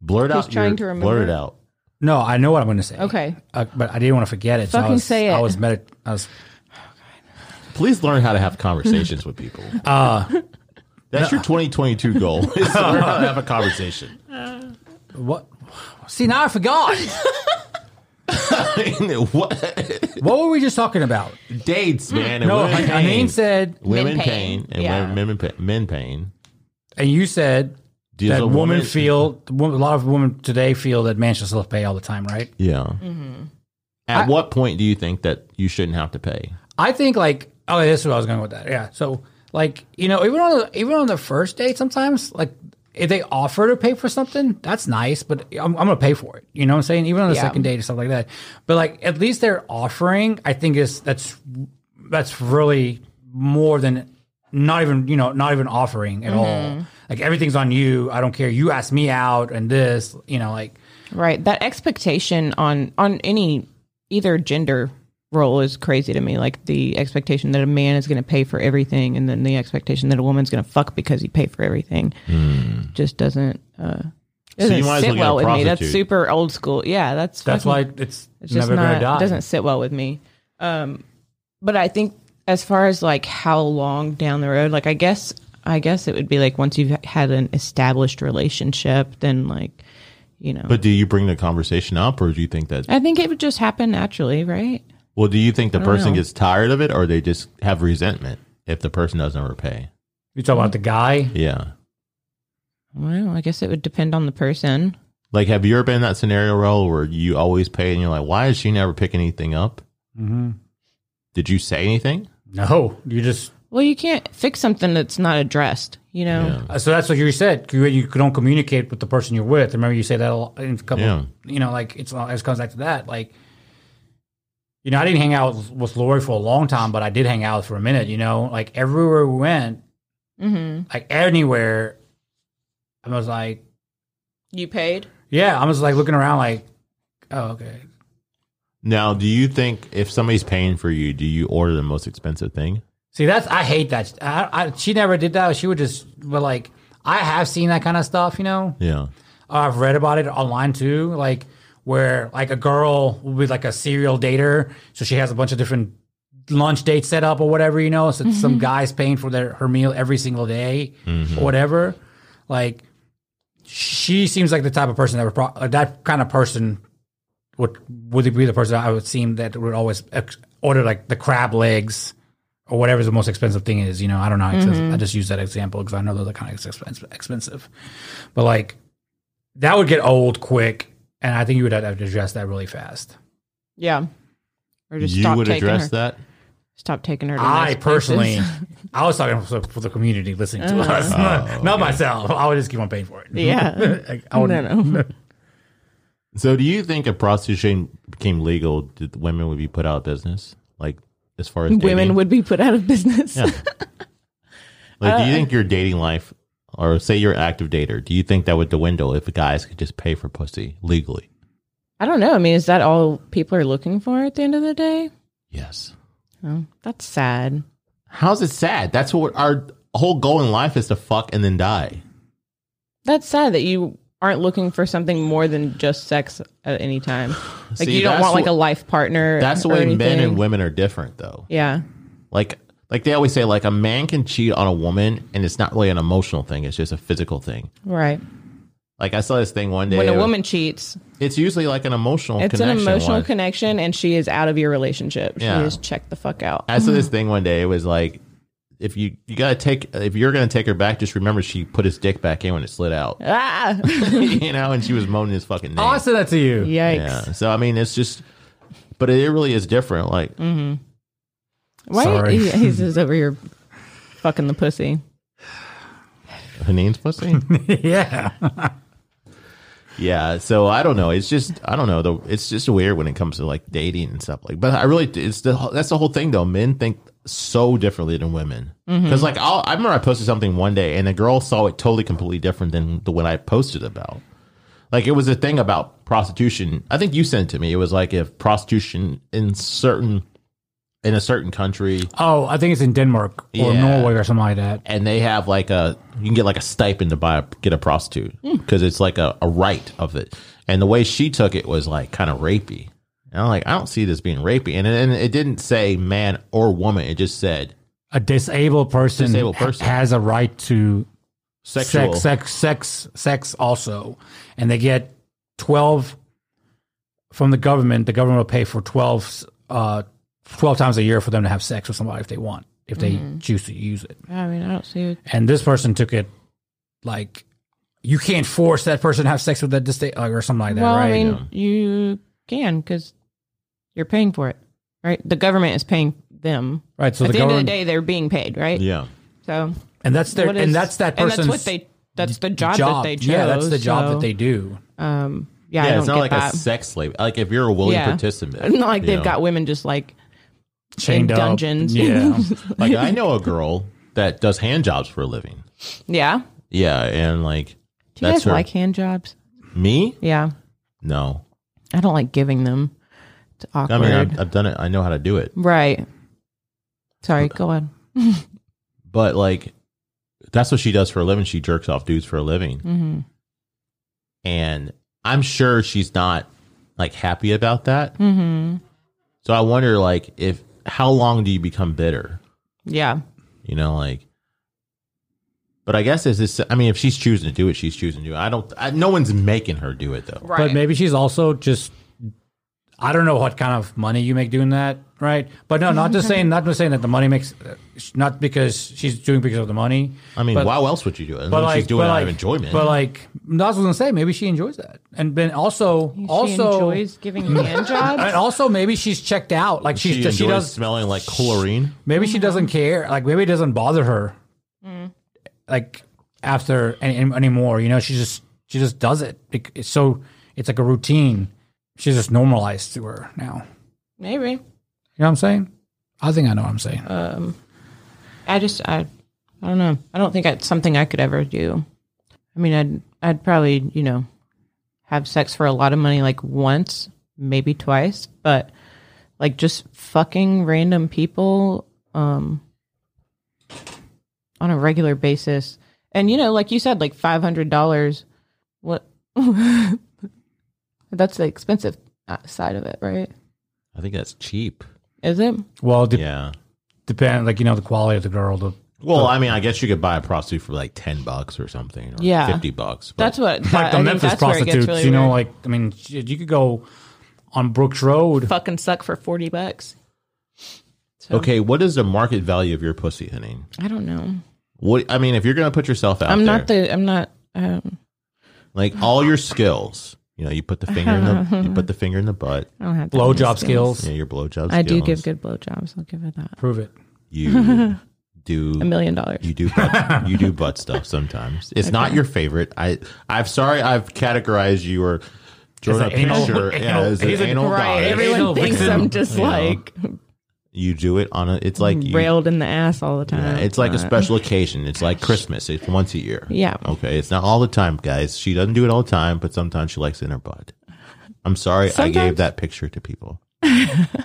Blurt
He's
out.
trying
your-
to remember.
Blurt it out.
No, I know what I'm gonna say.
Okay.
uh, but I didn't want to forget it. so I
Fucking
was-
say it.
I was medit. I was.
Please learn how to have conversations with people.
Uh,
That's your 2022 goal. Is to learn how to have a conversation.
What? See, now I forgot.
what
what were we just talking about?
dates, man? And
No,
women
like
pain.
Amin said,
women
Men
pain,
pain.
and
Yeah.
women, men, pain- men pain.
and you said
Does
that
a
women
woman-
feel a lot of women today feel that man should still pay all the time, right?
Yeah.
Mm-hmm.
At what point do you think that you shouldn't have to pay?
I think like oh, this is where I was going with that. Yeah, so like you know, even on the, even on the first date, sometimes like if they offer to pay for something, that's nice, but I'm, I'm gonna pay for it. You know what I'm saying? Even on the
Yeah.
second date and stuff like that. But like at least they're offering. I think is that's that's really more than not even you know not even offering at
Mm-hmm.
all. Like everything's on you. I don't care. You asked me out and this. You know, like
Right. That expectation on on any either gender role is crazy to me. Like the expectation that a man is going to pay for everything and then the expectation that a woman's going to fuck because he paid for everything just doesn't uh
Hmm. So you
doesn't
might as
sit
well get a
well with me. That's
prostitute.
super old school. Yeah, that's
that's
fucking-
why it's,
it's just
never
not
gonna die.
doesn't sit well with me. Um but I think as far as like how long down the road, like I guess I guess it would be like once you've had an established relationship, then like you
Oh.
know.
But do you bring the conversation up, or do you think that?
I think it would just happen naturally, right?
Well, do you think the
don't
person
know.
gets tired of it, or they just have resentment if the person doesn't repay?
You talk
Mm-hmm.
about the guy.
Yeah.
Well, I guess it would depend on the person.
Like, have you ever been in that scenario, Raul, where you always pay and you're like, why is she never picking anything up?
Mm-hmm.
Did you say anything?
No, you just.
Well, you can't fix something that's not addressed, you know.
Yeah.
uh, So that's what you said. You, you don't communicate with the person you're with. Remember, you say that a lot in a couple.
Yeah.
You know, like it's uh, it comes back to that. Like, you know, I didn't hang out with Lori for a long time, but I did hang out for a minute. You know, like everywhere we went,
Mm-hmm.
like anywhere, I was like,
You paid.
yeah, I was like looking around, like, oh okay,
Now, do you think if somebody's paying for you, do you order the most expensive thing?
See, that's I hate that. I, I, she never did that. She would just, but like I have seen that kind of stuff, you know.
Yeah.
I've read about it online too, like where like a girl will be like a serial dater, so she has a bunch of different lunch dates set up or whatever, you know. So it's some guys paying for their her meal every single day or whatever. Like she seems like the type of person that would pro- uh, that kind of person would would be the person I would seem that would always ex- order like the crab legs. Or whatever the most expensive thing is, you know. I don't know. how expensive- I just use that example because I know those are kind of expensive. expensive. But like, that would get old quick, and I think you would have to address that really fast.
Yeah. Or just
you
stop
would
taking
address
her.
that?
Stop taking her. To
I
nice
personally,
places.
I was talking for, for the community listening
Uh.
to us,
Oh,
not myself. I would just keep on paying for it.
Yeah.
Like, I would,
no, no.
So, do you think if prostitution became legal, did women would be put out of business? Like, as far as
Women
dating?
would be put out of business.
Yeah. Like,
Uh,
do you think your dating life, or say you're an active dater, do you think that would dwindle if guys could just pay for pussy legally?
I don't know. I mean, is that all people are looking for at the end of the day?
Yes.
Oh, that's sad.
How's it sad? That's what our whole goal in life is to fuck and then die.
That's sad that you aren't looking for something more than just sex at any time. Like
See,
you don't
that's
want like
what-
a life partner.
That's the
or
way men
anything.
and women are different, though.
Yeah.
Like, like they always say, like a man can cheat on a woman, and it's not really an emotional thing; it's just a physical thing.
Right.
Like I saw this thing one day.
When
it
a
was-
woman cheats,
it's usually like an emotional.
it's an
connection
emotional
one.
connection and she is out of your relationship. She
Yeah.
is checked the fuck out.
I saw this thing one day. It was like, if you you gotta take if you're gonna take her back, just remember she put his dick back in when it slid out,
Ah.
you know, and she was moaning his fucking name.
I'll send that to you.
Yikes.
Yeah. So I mean, it's just, but it really is different. Like,
Why
Sorry.
He, he's just over here fucking the pussy.
her name's pussy.
yeah.
yeah. So I don't know. It's just I don't know. Though it's just weird when it comes to like dating and stuff. Like, but I really it's the whole- that's the whole thing though. Men think so differently than women because like I'll, I remember I posted something one day and a girl saw it totally completely different than the one I posted about. Like it was a thing about prostitution. I think you sent it to me. It was like if prostitution in certain in a certain country
Oh, I think it's in Denmark or
Yeah.
Norway or something like that.
and they have like a you can get like a stipend to buy a, get a prostitute
Hmm.
because it's like a, a right of it. And the way she took it was like kind of rapey. And I'm like, I don't see this being rapey. And, and it didn't say man or woman. It just said
A disabled person,
Disabled
ha-
person.
has a right to
sexual.
sex, sex, sex, sex also, and they get twelve from the government. The government will pay for 12, uh, 12 times a year for them to have sex with somebody if they want, if they
Mm-hmm.
choose to use it.
I mean, I don't see it.
And this person took it like you can't force that person to have sex with that disda- like, or something like that,
well,
right?
I mean, you can because you're paying for it, right? The government is paying them.
right. So the,
At the, end of the
government,
day, they're being paid, right?
Yeah.
So
and that's their,
what is-
and that's that
and
person's
that's what they. That's the job, that they chose.
yeah, that's the job
so,
that they do.
Um, yeah, I
Yeah,
don't
it's not
get
like
that.
a sex slave. Like if you're a willing
Yeah.
participant,
not like
you
they've
know.
got women just like
Chained
in
up.
dungeons.
Yeah.
Like I know a girl that does hand jobs for a living.
yeah.
Yeah, and like
Do you
That's
guys
her.
like hand jobs?
me,
Yeah,
no.
I don't like giving them. It's
I
awkward.
mean, I've, I've done it. I know how to do it.
right. Sorry. Go on.
but like that's what she does for a living she jerks off dudes for a living
Mm-hmm.
and i'm sure she's not like happy about that mm-hmm. so i wonder like if how long do you become bitter?
Yeah.
You know, like. But I guess is this? I mean, if she's choosing to do it, she's choosing to do it. I don't. I, no one's making her do it though.
Right.
But maybe she's also just I don't know what kind of money you make doing that, right? But no, not just saying not just saying that the money makes not because she's doing because of the money.
I mean,
But-
why else would you do it? Unless she's doing it out of enjoyment.
But like that's what I was gonna say, maybe she enjoys that. And then also
She
also
enjoys giving hand jobs.
and also maybe she's checked out. Like she's
she
just
enjoys
she does
smelling like chlorine.
Maybe
Mm-hmm.
she doesn't care. Like maybe it doesn't bother her.
Mm.
Like after any, any- anymore, you know, she just she just does it. Bec- It's so it's like a routine. She's just normalized to her now.
Maybe.
You know what I'm saying? I think I know what I'm saying.
I just I I don't know. I don't think it's something I could ever do. I mean, I'd I'd probably you know have sex for a lot of money like once, maybe twice, but like just fucking random people um on a regular basis. And you know, like you said, like five hundred dollars. What? That's the expensive uh, side of it, right?
I think that's cheap.
Is it?
well, de-
Yeah.
depend like you know the quality of the girl. The,
Well, I mean, I guess you could buy a prostitute for like ten bucks or something, or
Yeah.
fifty bucks. But
That's what.
like
That,
the
I think
Memphis
that's where it gets
prostitutes,
really
you know,
weird.
like I mean, shit, you could go on Brooks Road.
fucking suck for 40 bucks.
okay, what is the market value of your pussy, hunting?
I don't know.
What I mean, if you're going to put yourself out
I'm
there,
not the, I'm not, um,
like all your skills, you know, you put the finger in the you put the finger in the butt,
I don't have that
Low
many
job skills.
you know, your blowjob.
I do
skills,
give good blowjobs. I'll give her that.
Prove it.
You
A
do
million dollars.
you do butt, you do butt stuff sometimes. It's not your favorite. I I'm sorry I've categorized you or drawn
As
a
an anal-
picture
anal-
as an
he's a-
anal
right.
guy.
every-
Everyone
Anal
thinks
victim.
I'm just
You know,
like
You do it on a. It's like you,
railed in the ass all the
Yeah,
time.
Uh, it's like a special occasion. It's like Christmas. It's once a year.
Yeah.
Okay. It's not all the time, guys. She doesn't do it all the time, but sometimes she likes it in her butt. I'm sorry I gave
Sometimes-
that picture to people.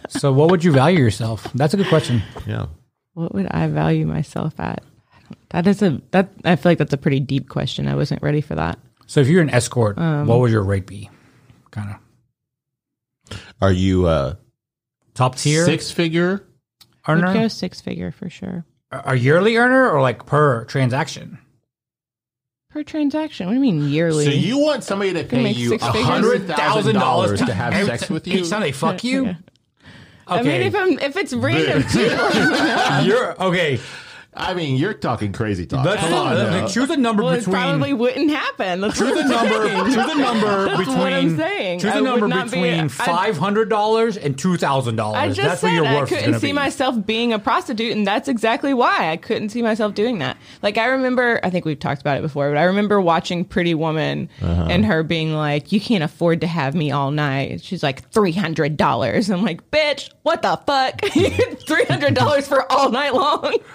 So, what would you value yourself? That's a good question.
Yeah.
what would I value myself at? I don't- That is a, that, I feel like that's a pretty deep question. I wasn't ready for that.
So, if you're an escort,
Um,
what would your rate be? Kind of
Are you uh, a
top tier
six figure?
earner.
We'd go six figure for sure.
a yearly earner or like per transaction?
Per transaction. What do you mean yearly?
So you want somebody to pay
make
you a
six figures.
hundred thousand dollars to have
every-
sex with
Each
you?
time they fuck you.
Yeah.
Okay,
I mean, if I'm, if it's random people,
you're okay.
I mean, you're talking crazy talk.
That's
Come on
fine.
now.
Like, choose a number
well, it
between.
probably wouldn't happen. That's
choose a number. choose a number between.
what I'm saying.
Choose
I
a
would
number
not be-
between
I-
five hundred dollars and two thousand
I
dollars.
just
That's where
said
your
I
worth is
couldn't
gonna
see
be.
myself being a prostitute, and that's exactly why I couldn't see myself doing that. Like I remember, I think we've talked about it before, but I remember watching Pretty Woman
Uh-huh.
and her being like, "You can't afford to have me all night." She's like, 300 dollars." I'm like, "Bitch, what the fuck? Three hundred dollars for all night long?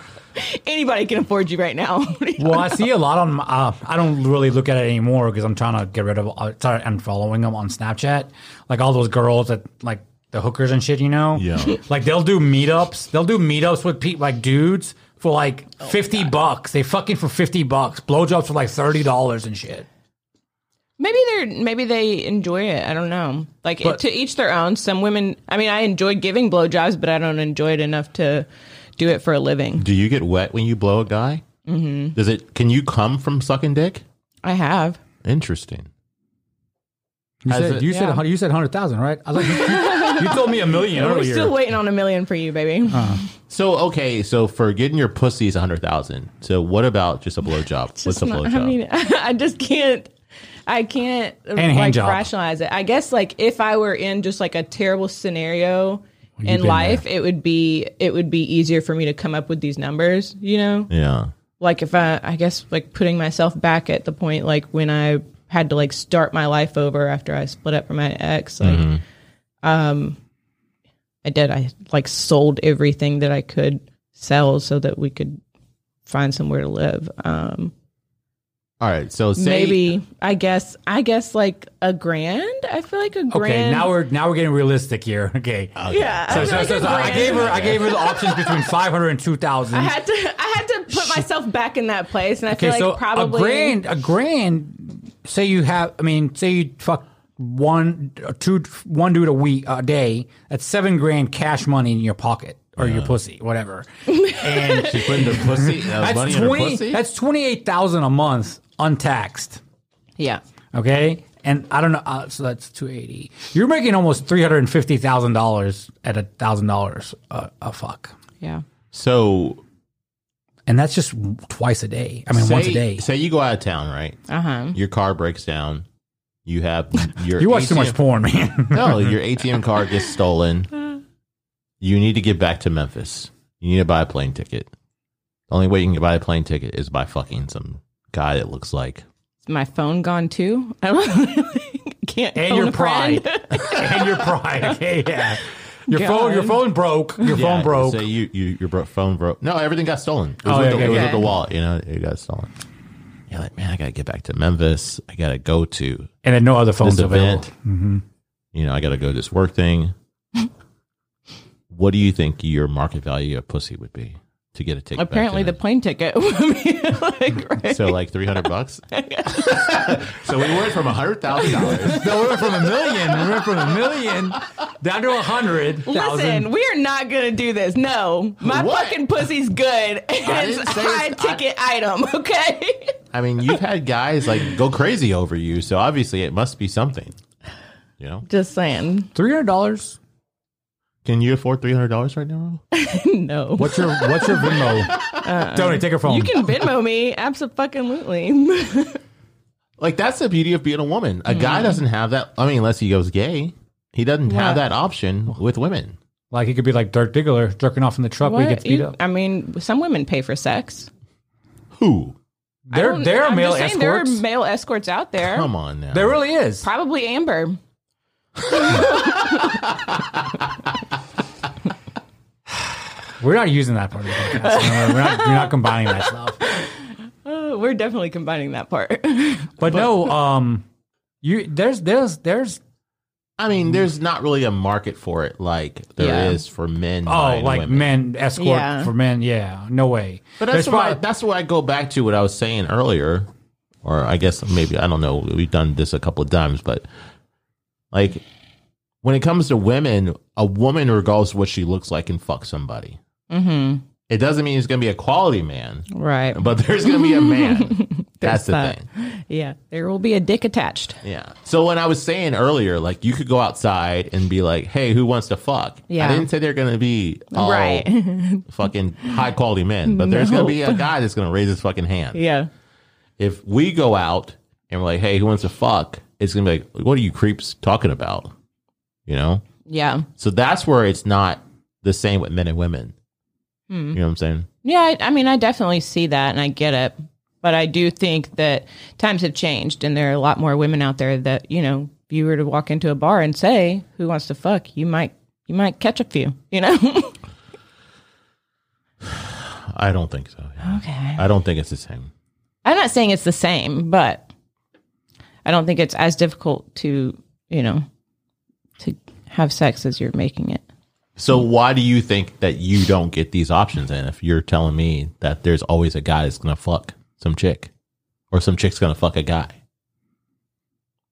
Anybody can afford you right now."
Well, I see a lot on. My, uh, I don't really look at it anymore because I'm trying to get rid of. Uh, sorry, I'm following them on Snapchat. Like all those girls that like the hookers and shit. You know.
Yeah.
like they'll do meetups. They'll do meetups with people like dudes for like
Oh,
fifty bucks. They fucking for fifty bucks. Blowjobs for like thirty dollars and shit.
Maybe they're maybe they enjoy it. I don't know. Like
But-
to each their own. Some women. I mean, I enjoy giving blowjobs, but I don't enjoy it enough to do it for a living.
Do you get wet when you blow a guy? Mm-hmm. Does it? Can you come from sucking dick?
I have.
Interesting.
You
Has
said
it-
you said
Yeah.
a hun- you said hundred thousand, right? I was like, you, you told me a million
We're
earlier.
still waiting on a million for you, baby.
Uh-huh.
So okay, so for getting your pussy is a hundred thousand. So what about just a blowjob? What's a
It's not- I
blowjob?
mean, I just can't. I can't
hand
like
job.
rationalize it. I guess like if I were in just like a terrible scenario in
been
life, it would be it would be easier for me to come up with these numbers. You know.
Yeah.
like if I, I guess like putting myself back at the point like when I had to like start my life over after I split up from my ex, like, um,
Mm-hmm.
I did. I like sold everything that I could sell so that we could find somewhere to live. Um,
All right. So say,
maybe I guess I guess like a grand. I feel like a grand.
okay, now we're now we're getting realistic here. Okay.
yeah.
So,
I,
so,
feel like
so-
a
so I
grand.
gave her I gave her the options between five hundred and two
I
thousand.
had to I had to put myself back in that place, and I feel
Okay,
like
so
probably
a grand, a grand. Say you have, I mean, say you fuck one, or two, one dude a week, a day. That's seven grand cash money in your pocket or your pussy, whatever. And
She's putting the pussy, uh, money
that's
in her
twenty.
pussy.
That's twenty eight thousand a month, untaxed.
Yeah.
Okay, and I don't know. Uh, so that's two eighty. You're making almost three hundred and fifty thousand dollars at a thousand dollars a fuck,
Yeah.
so
and that's just twice a day. I mean,
say,
once a day.
say you go out of town, right?
Uh huh.
Your car breaks down. You have your
You watch too much
ATM
porn, man.
no, your ATM card gets stolen. You need to get back to Memphis. You need to buy a plane ticket. The only way you can buy a plane ticket is by fucking some guy that looks like.
Is my phone gone too? I don't- can't.
and
phone
your
a friend.
pride, and your pride. Okay, yeah. Your
God.
phone, your phone broke. Your phone broke.
Say you, you your bro- phone broke. No, everything got stolen. It was,
Oh,
with,
yeah,
the,
okay,
it was
okay.
with the wallet. You know, it got stolen. You're like, man, I gotta get back to Memphis. I gotta go to
and then no other phones
this
available.
event. You know, I gotta go to this work thing. what do you think your market value of pussy would be to get a ticket? back to
Apparently, the
Memphis?
plane ticket would be like, right?
So like three hundred bucks. so we went from hundred thousand dollars.
No, we went from a million. We went from a million down to a hundred
Listen,
thousand.
we are not gonna do this. No, my
What?
fucking pussy's good. It's
didn't
a
say it's-
high ticket item. Okay.
I mean, you've had guys like go crazy over you, so obviously it must be something. You know,
Just saying.
Three hundred dollars.
can you afford three hundred dollars right now? Ro?
No.
What's your What's your Venmo? Tony, take her phone.
You can Venmo me, absolutely.
Like that's the beauty of being a woman. A guy doesn't have that. I mean, unless he goes gay, he doesn't have that option with women.
like it could be like Dirk Diggler jerking off in the truck. where he gets beat up.
I mean, some women pay for sex.
Who?
There, there are
I'm
male
just saying There are
escorts.
male escorts out there.
Come on now.
There really is.
Probably Amber.
We're not using that part of the podcast. No, no, We're not, we're not combining that stuff.
Oh, we're definitely combining that part.
But no, um, you there's there's there's
I mean, there's not really a market for it like there is
Yeah.
for men.
oh
buying
like
women.
men escort
Yeah.
for men. Yeah, no way.
But that's
There's
why
prob-
that's why I go back to what I was saying earlier, or I guess maybe I don't know. We've done this a couple of times, but like when it comes to women, a woman, regardless of what she looks like, can fuck somebody. Mm-hmm. It doesn't mean he's going to be a quality man,
right.
but there's going to be a man. that's the
that.
thing.
Yeah. There will be a dick attached.
Yeah. So when I was saying earlier, like you could go outside and be like, "Hey, who wants to fuck?"
Yeah.
I didn't say they're going to be all
Right.
fucking high quality men, but there's going to be a guy that's going to raise his fucking hand.
yeah.
if we go out and we're like, hey, who wants to fuck? It's gonna be like, what are you creeps talking about? You know?
Yeah.
So that's where it's not the same with men and women.
Hmm.
You know what I'm saying?
Yeah, I, I mean, I definitely see that and I get it. But I do think that times have changed and there are a lot more women out there that, you know, if you were to walk into a bar and say, who wants to fuck, you might, you might catch a few, you know?
I don't think so. yeah.
okay.
I don't think it's the same.
I'm not saying it's the same, but I don't think it's as difficult to, you know, to have sex as you're making it.
So why do you think that you don't get these options then if you're telling me that there's always a guy that's gonna fuck some chick? Or some chick's gonna fuck a guy.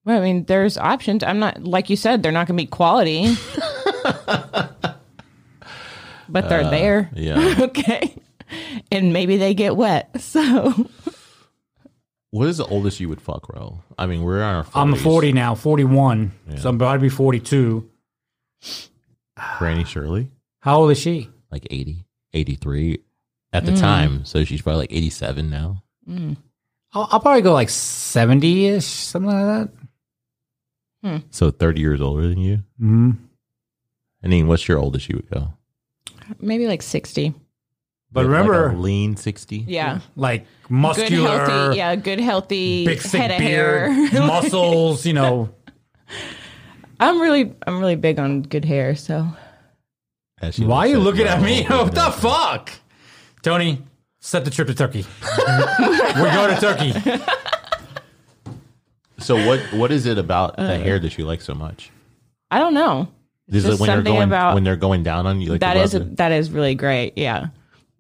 Well, I mean, there's options. I'm not, like you said, they're not going to be quality, but they're there.
Yeah.
Okay. And maybe they get wet. So,
what is the oldest you would fuck, Ro? I mean, we're on our 40s.
I'm 40 now, 41. So I'm about to be 42.
Granny Shirley.
How old is she?
like 80, 83 at the time. So she's probably like 87 now.
I'll, I'll probably go like 70 ish, something like that.
So 30 years older than you.
hmm
I mean, what's your oldest you would go?
maybe like 60.
But
Like
remember,
a
like,
lean 60?
Yeah.
muscular,
Good, healthy. Yeah. Good, healthy
big, thick
head of
beard,
hair.
muscles, you know.
I'm really, I'm really big on good hair. So,
As she
Why are
looks
you looking at
no,
me?
no,
what the
no.
fuck? Tony, set the trip to Turkey. We're going to Turkey.
So what, what is it about the hair that you like so much?
I don't know.
Is it
just
when they're
something
going
about-
when they're going down on you? Like
That
you
is,
love it?
that is really great. Yeah.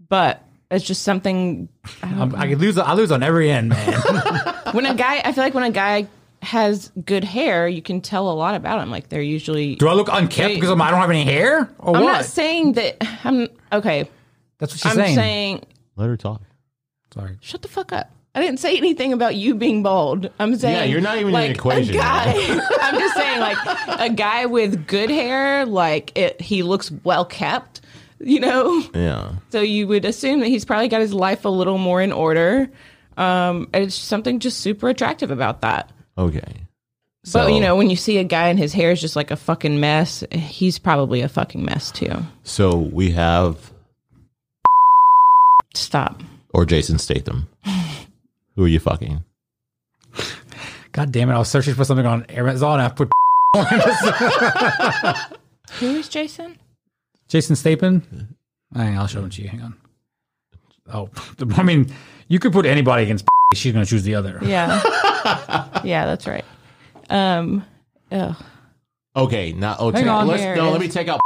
But it's just something
I'm, I could lose. I lose on every end, man.
Uh,
when a guy i feel like when a guy has good hair, you can tell a lot about them. Like they're usually.
Do I look unkempt because I'm, I don't have any hair or
I'm
what?
not saying that. I'm okay.
That's what she's
I'm
saying.
saying
Let her talk.
Sorry.
shut the fuck up. I didn't say anything about you being bald. I'm saying
you're not even in the
like,
equation,
A guy, I'm just saying like a guy with good hair, like it, he looks well kept. You know,
Yeah.
so you would assume that he's probably got his life a little more in order. Um, and it's something just super attractive about that.
Okay.
but you know, when you see a guy and his hair is just like a fucking mess, he's probably a fucking mess too.
So we have
Stop.
or Jason Statham. Who are you fucking?
God damn it. I was searching for something on Amazon. I put
Who is Jason?
Jason Statham. Hang on, I'll show him to you. Hang on. Oh, I mean, you could put anybody against. She's going to choose the other.
Yeah, yeah, that's right. Um, ugh.
Okay, now okay.
Hang on,
let's,
here
no,
it
let
is.
me take out.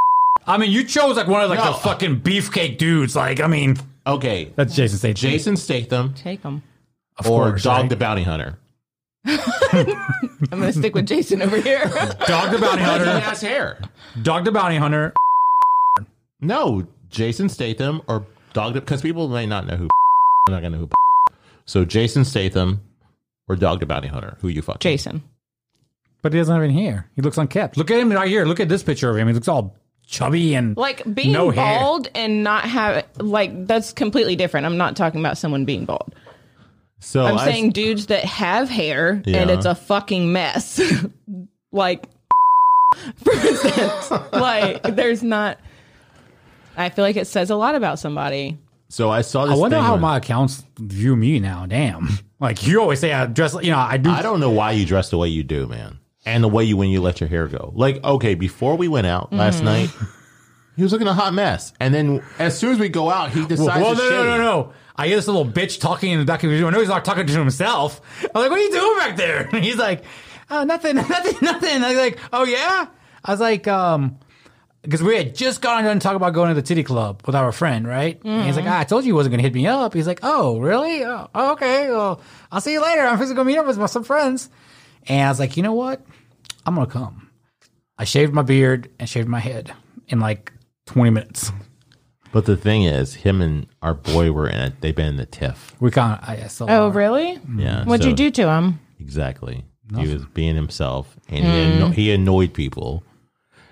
I mean, you chose like one of like
No.
the fucking beefcake dudes. Like, I mean,
Okay,
that's Jason Statham.
Jason Statham
Take him.
of
or
course,
Dog
right?
the Bounty Hunter.
I'm gonna stick with Jason over here.
Dog the bounty
He
hunter.
has hair.
Dog the bounty hunter.
No, Jason Statham or Dog the because people may not know who. I'm not gonna know who. So Jason Statham or Dog the Bounty Hunter. Who you fucking?
Jason.
But he doesn't have any hair. He looks unkept. Look at him right here. Look at this picture of him. He looks all chubby and
Like being
No hair.
bald and not have like that's completely different. I'm not talking about someone being bald.
So
I'm
Oh, I-
saying dudes that have hair
Yeah.
and it's a fucking mess. like for instance. like there's not I feel like it says a lot about somebody.
So I saw
I
this.
wonder
thing
how
where-
my accounts view me now. Damn. Like you always say, I dress. You know, I do.
I don't know why you dress the way you do, man. And the way you when you let your hair go. Like, okay, before we went out
Mm-hmm.
last night, he was looking a hot mess. And then as soon as we go out, he decides
well,
to
no,
shave.
no, no, no. I hear this little bitch talking in the back of the room. I know he's not talking to himself. I'm like, what are you doing back there? And he's like, oh, nothing, nothing, nothing. I was like, oh yeah. I was like, um, because we had just gotten done talking about going to the titty club with our friend, right? And he's like, ah, I told you he wasn't gonna hit me up. He's like, oh really? Oh, okay. Well, I'll see you later. I'm just gonna meet up with my- some friends. And I was like, you know what? I'm gonna come. I shaved my beard and shaved my head in like 20 minutes.
But the thing is, him and our boy were in it. They've been in the tiff.
We kind of, I, I still
Oh, really?
Mm-hmm.
Yeah.
What'd
Uh, so-
you do to him?
Exactly. He was being himself and he,
Mm.
anno- he annoyed people.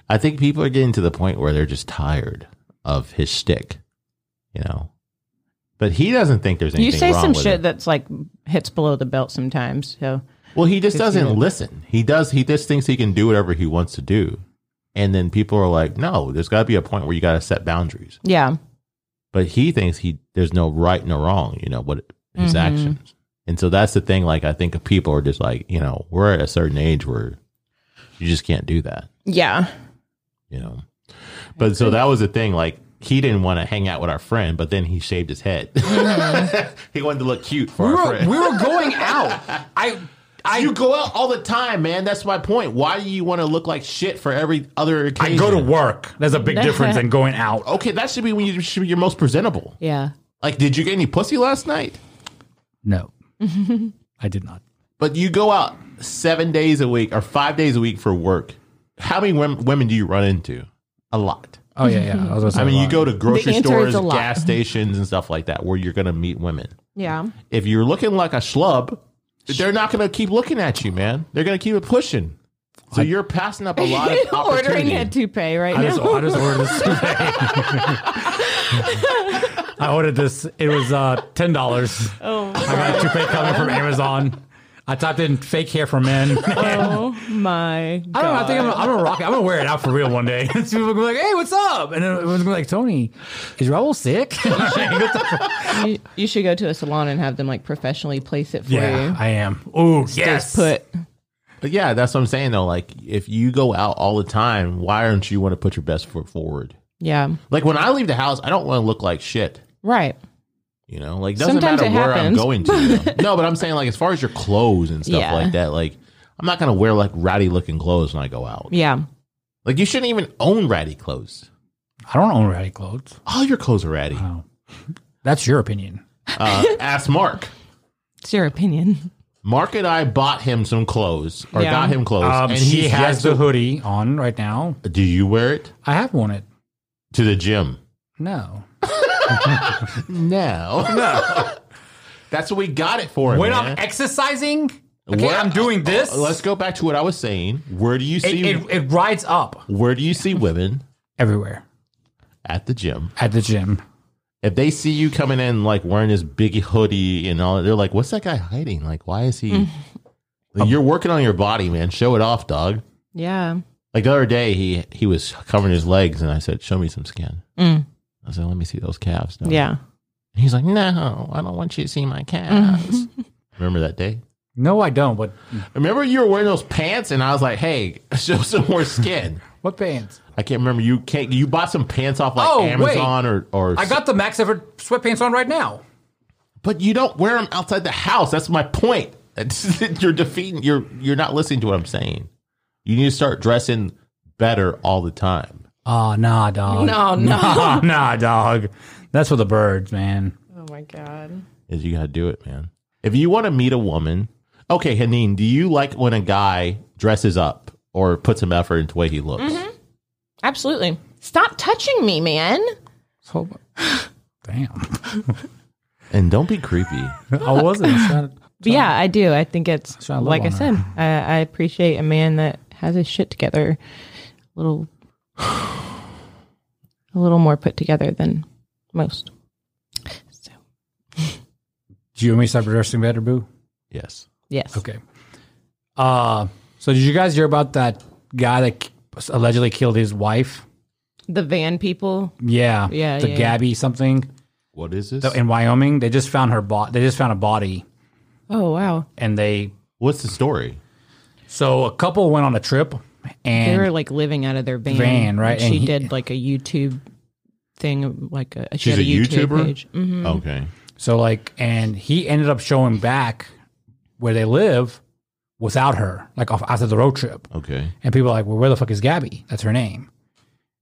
I think people are getting to the point where they're just tired of his shtick, you know. But he doesn't think there's anything
You say
wrong
some
with
shit
it.
that's like hits below the belt sometimes. So
Well, he just doesn't listen. He does. He just thinks he can do whatever he wants to do, and then people are like, "No, there's got to be a point where you got to set boundaries."
yeah.
But he thinks he there's no right and no wrong. You know what
Mm-hmm.
his actions, and so that's the thing. Like I think people are just like, you know, we're at a certain age where you just can't do that.
Yeah.
You know, but so that was the thing. Like he didn't want to hang out with our friend, but then he shaved his head. he wanted to look cute for
We
our
Mm-hmm. were,
friend.
Oh, we were going out. I I
you go out all the time, man. That's my point. Why do you want to look like shit for every other occasion?
I go to work. There's a big difference in going out.
Okay, that should be when you should be your most presentable.
Yeah.
Like, did you get any pussy last night?
No, I did not.
But you go out seven days a week or five days a week for work. How many wom- women do you run into? A lot.
Oh yeah, yeah. I, was gonna say
I mean,
a
you
lot.
go to grocery
answer is
stores,
a lot.
gas stations, and stuff like that where you're going to meet women.
Yeah.
If you're looking like a schlub, they're not going to keep looking at you, man. They're going to keep it pushing. So you're passing up a lot of
Ordering
opportunity.
a toupee right
I
now.
just, I just ordered this. today. I ordered this. It was uh, ten dollars.
Oh.
I got a toupee coming from Amazon. I typed in fake hair for men.
Oh my god!
I don't know. I think I'm, I'm gonna rock it. I'm gonna wear it out for real one day. People gonna be like, "Hey, what's up?" And then everyone's gonna be like, "Tony, is Raul sick?"
you, you should go to a salon and have them like professionally place it for
yeah,
you.
I am. Oh yes,
Just put
But yeah, that's what I'm saying though. Like, if you go out all the time, why don't you want to put your best foot forward?
yeah,
Like when I leave the house, I don't want to look like shit.
right.
You know, like doesn't
Sometimes
matter
it
where
happens.
I'm going to. though. no, but I'm saying like as far as your clothes and stuff
Yeah.
like that, like I'm not gonna wear like ratty looking clothes when I go out.
Yeah,
Like you shouldn't even own ratty clothes.
I don't own ratty clothes.
All your clothes are ratty.
That's your opinion.
Uh, ask Mark.
it's your opinion.
Mark and I bought him some clothes or
Yeah.
got him clothes,
Um,
and
she
he's
has
yet
the hoodie on right now.
to- Do you wear it
I have worn it.
to the gym?
No.
No, no. That's what we got it for.
When
man.
I'm exercising, okay,
Where-
I'm doing this.
Let's go back to what I was saying. Where do you
it,
see?
it, it rides up
where do you see women
everywhere
at the gym?
at the gym.
If they see you coming in like wearing this big hoodie and all, that, they're like, "What's that guy hiding? Like, why is he?" Like, You're working on your body, man. Show it off, dog.
Yeah.
Like the other day, he he was covering his legs, and I said, "Show me some skin." I said, "Let me see those calves." dog."
Yeah.
And he's like, "No, I don't want you to see my calves." Remember that day?
No, I don't. But
Remember you were wearing those pants, and I was like, "Hey, show some more skin."
what pants?
I can't remember. You can't. You bought some pants off like
Oh, wait.
Amazon or or.
I got the Max Effort sweatpants on right now.
but you don't wear them outside the house. That's my point. you're defeating. You're you're not listening to what I'm saying. You need to start dressing better all the time.
Oh, nah, dog.
No, no.
Nah, nah, dog. That's for the birds, man.
Oh my god.
Is you got to do it, man. If you want to meet a woman, okay, Haneen, do you like when a guy dresses up or puts some effort into the way he looks?
Absolutely. Stop touching me, man.
So, damn.
And don't be creepy.
I wasn't. It's not-
But yeah, I do. I think it's
why I love
like I
on her.
said, I, I appreciate a man that has his shit together, a little, a little more put together than most. So
Do you and me stop dressing better, boo?
yes.
yes,
Okay. Uh, so did you guys hear about that guy that k- allegedly killed his wife?
the van people.
Yeah.
Yeah,
The
yeah, yeah.
Gabby something
What is this?
in Wyoming. They just found her body. They just found a body
Oh wow,
and they,
What's the story?
so a couple went on a trip
they were
and
like living out of their van,
Van, right,
And
and
she
he-
did like a YouTube thing, like a she
She's
had a,
a
YouTube
YouTuber?
page. Mhm.
Okay.
so like, and he ended up showing back where they live without her, like off after the road trip.
Okay.
And people are like, well, where the fuck is Gabby? That's her name.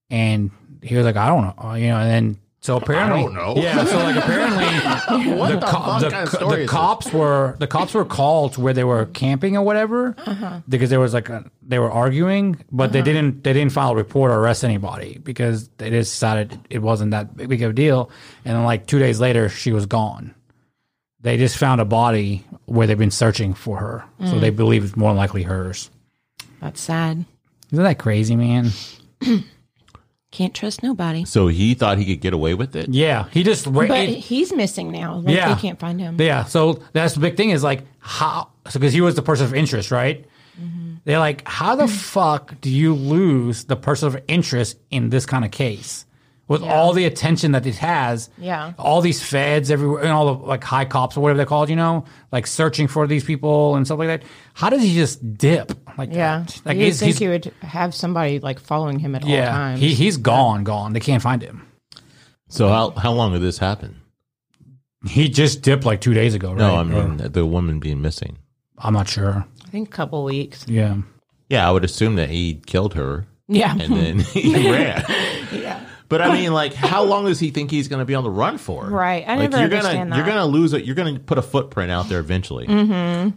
And he was like, I don't know. Uh, You know, and then so apparently,
don't know.
Yeah, so like apparently, the, co-
fuck
the,
kind of
co-
story
the
is
cops were the cops were called to where they were camping or whatever because there was like a, they were arguing, but they didn't they didn't file a report or arrest anybody because they just decided it wasn't that big of a deal. And then like two days later, she was gone. They just found a body where they've been searching for her, so they believe it's more than likely hers.
That's sad.
Isn't that crazy, man?
Can't trust nobody.
So he thought he could get away with it?
Yeah, he just ra-
But
it-
he's missing now. Like
Yeah.
they can't find him.
yeah. So that's the big thing is like how so because he was the person of interest, right?
Mm-hmm.
They're like, how the fuck do you lose the person of interest in this kind of case with all the attention that it has?
Yeah.
all these feds everywhere and all the like high cops or whatever they're called, you know, like searching for these people and stuff like that. How does he just dip? Like,
Yeah,
that? like
you would
he's,
think
he's-
you would have somebody like following him at all
yeah,
times.
he, he's gone, gone. They can't find him.
So how how long did this happen?
He just dipped like two days ago. Right?
No, I mean
uh,
the woman being missing.
I'm not sure.
I think a couple weeks.
Yeah.
Yeah, I would assume that he killed her
Hmm. Yeah,
and then he ran. But I mean, like, how long does he think he's going to be on the run for?
Right. I
like,
never
you're gonna,
understand that. Mm-hmm.
You're going to lose it. You're going to put a footprint out there eventually.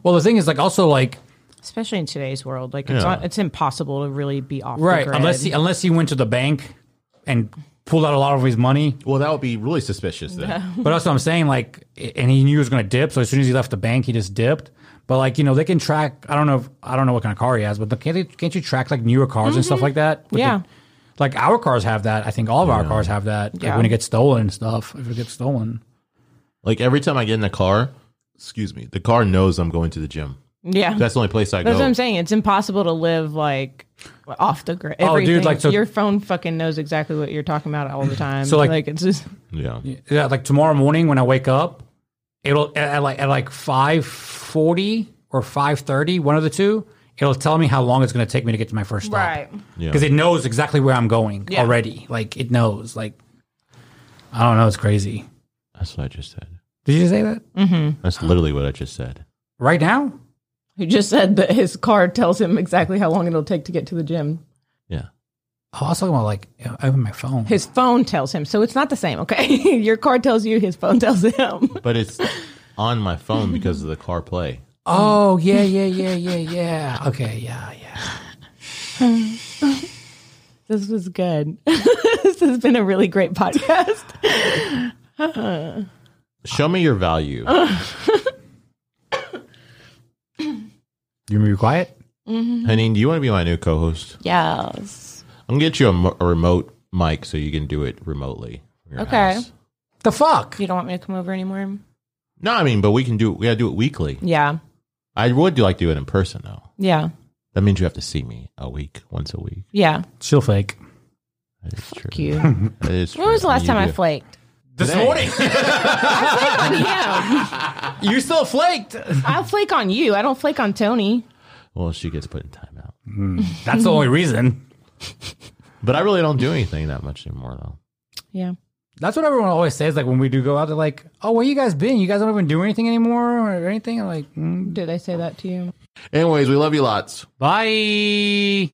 Well, the thing is, like, also, like,
especially in today's world, like it's
Yeah.
on, it's impossible to really be off
right?
the grid.
Unless he, unless he went to the bank and pulled out a lot of his money.
Mm-hmm.
Well, that would be really suspicious then.
But that's what I'm saying. Like, and he knew he was going to dip. So as soon as he left the bank, he just dipped. But like, you know, they can track. I don't know. If, I don't know what kind of car he has, but the, can't, they, can't you track like newer cars and stuff like that? With
Mm-hmm. Yeah.
the- like our cars have that. I think all of our cars have that. Like
Yeah.
when it gets stolen and stuff. If it gets stolen,
Like every time I get in the car, excuse me, the car knows I'm going to the gym.
yeah, that's,
That's the only place I go.
what I'm saying. It's impossible to live like off the grid.
Oh, dude,
Everything-
like, so-
your phone fucking knows exactly what you're talking about all the time.
So, like-
it's just
Yeah.
yeah. Like tomorrow morning when I wake up, it'll at, at like at like five forty or five thirty, one of the two. It'll tell me how long it's going to take me to get to my first stop.
Yeah.
because it knows exactly where I'm going
Yeah.
already. Like it knows. Like I don't know. It's crazy.
That's what I just said.
Did you say that
That's literally what I just said.
right now?
Who just said that his car tells him exactly how long it'll take to get to the gym.
Yeah.
Oh, I was talking about like open my phone.
His phone tells him, so it's not the same. Okay, your car tells you, his phone tells him.
But it's on my phone because of the CarPlay.
Oh yeah, yeah, yeah, yeah, yeah. Okay, yeah, yeah.
This was good. this has been a really great podcast.
Show me your value.
You want me to be quiet?
Honey, do you want to be my new co host?
Yes.
I'm going to get you a, mo- a remote mic so you can do it remotely. from your
Okay.
house.
The fuck?
You don't want me to come over anymore?
No, I mean, but we can do We got to do it weekly.
Yeah.
I would do like do it in person, though.
Yeah.
That means you have to see me a week, once a week.
Yeah.
She'll fake.
That is true.
Cute.
That is
when was the last time I flaked?
This
Today.
morning,
On him.
you still flaked.
I'll flake on you. I don't flake on Tony.
Well, she gets put in timeout.
That's the only reason.
But I really don't do anything that much anymore, though.
Yeah.
That's what everyone always says. Like when we do go out, they're like, "Oh, where you guys been? You guys don't even do anything anymore or anything." I'm like, mm,
Did they say that to you?
Anyways, we love you lots.
"Bye."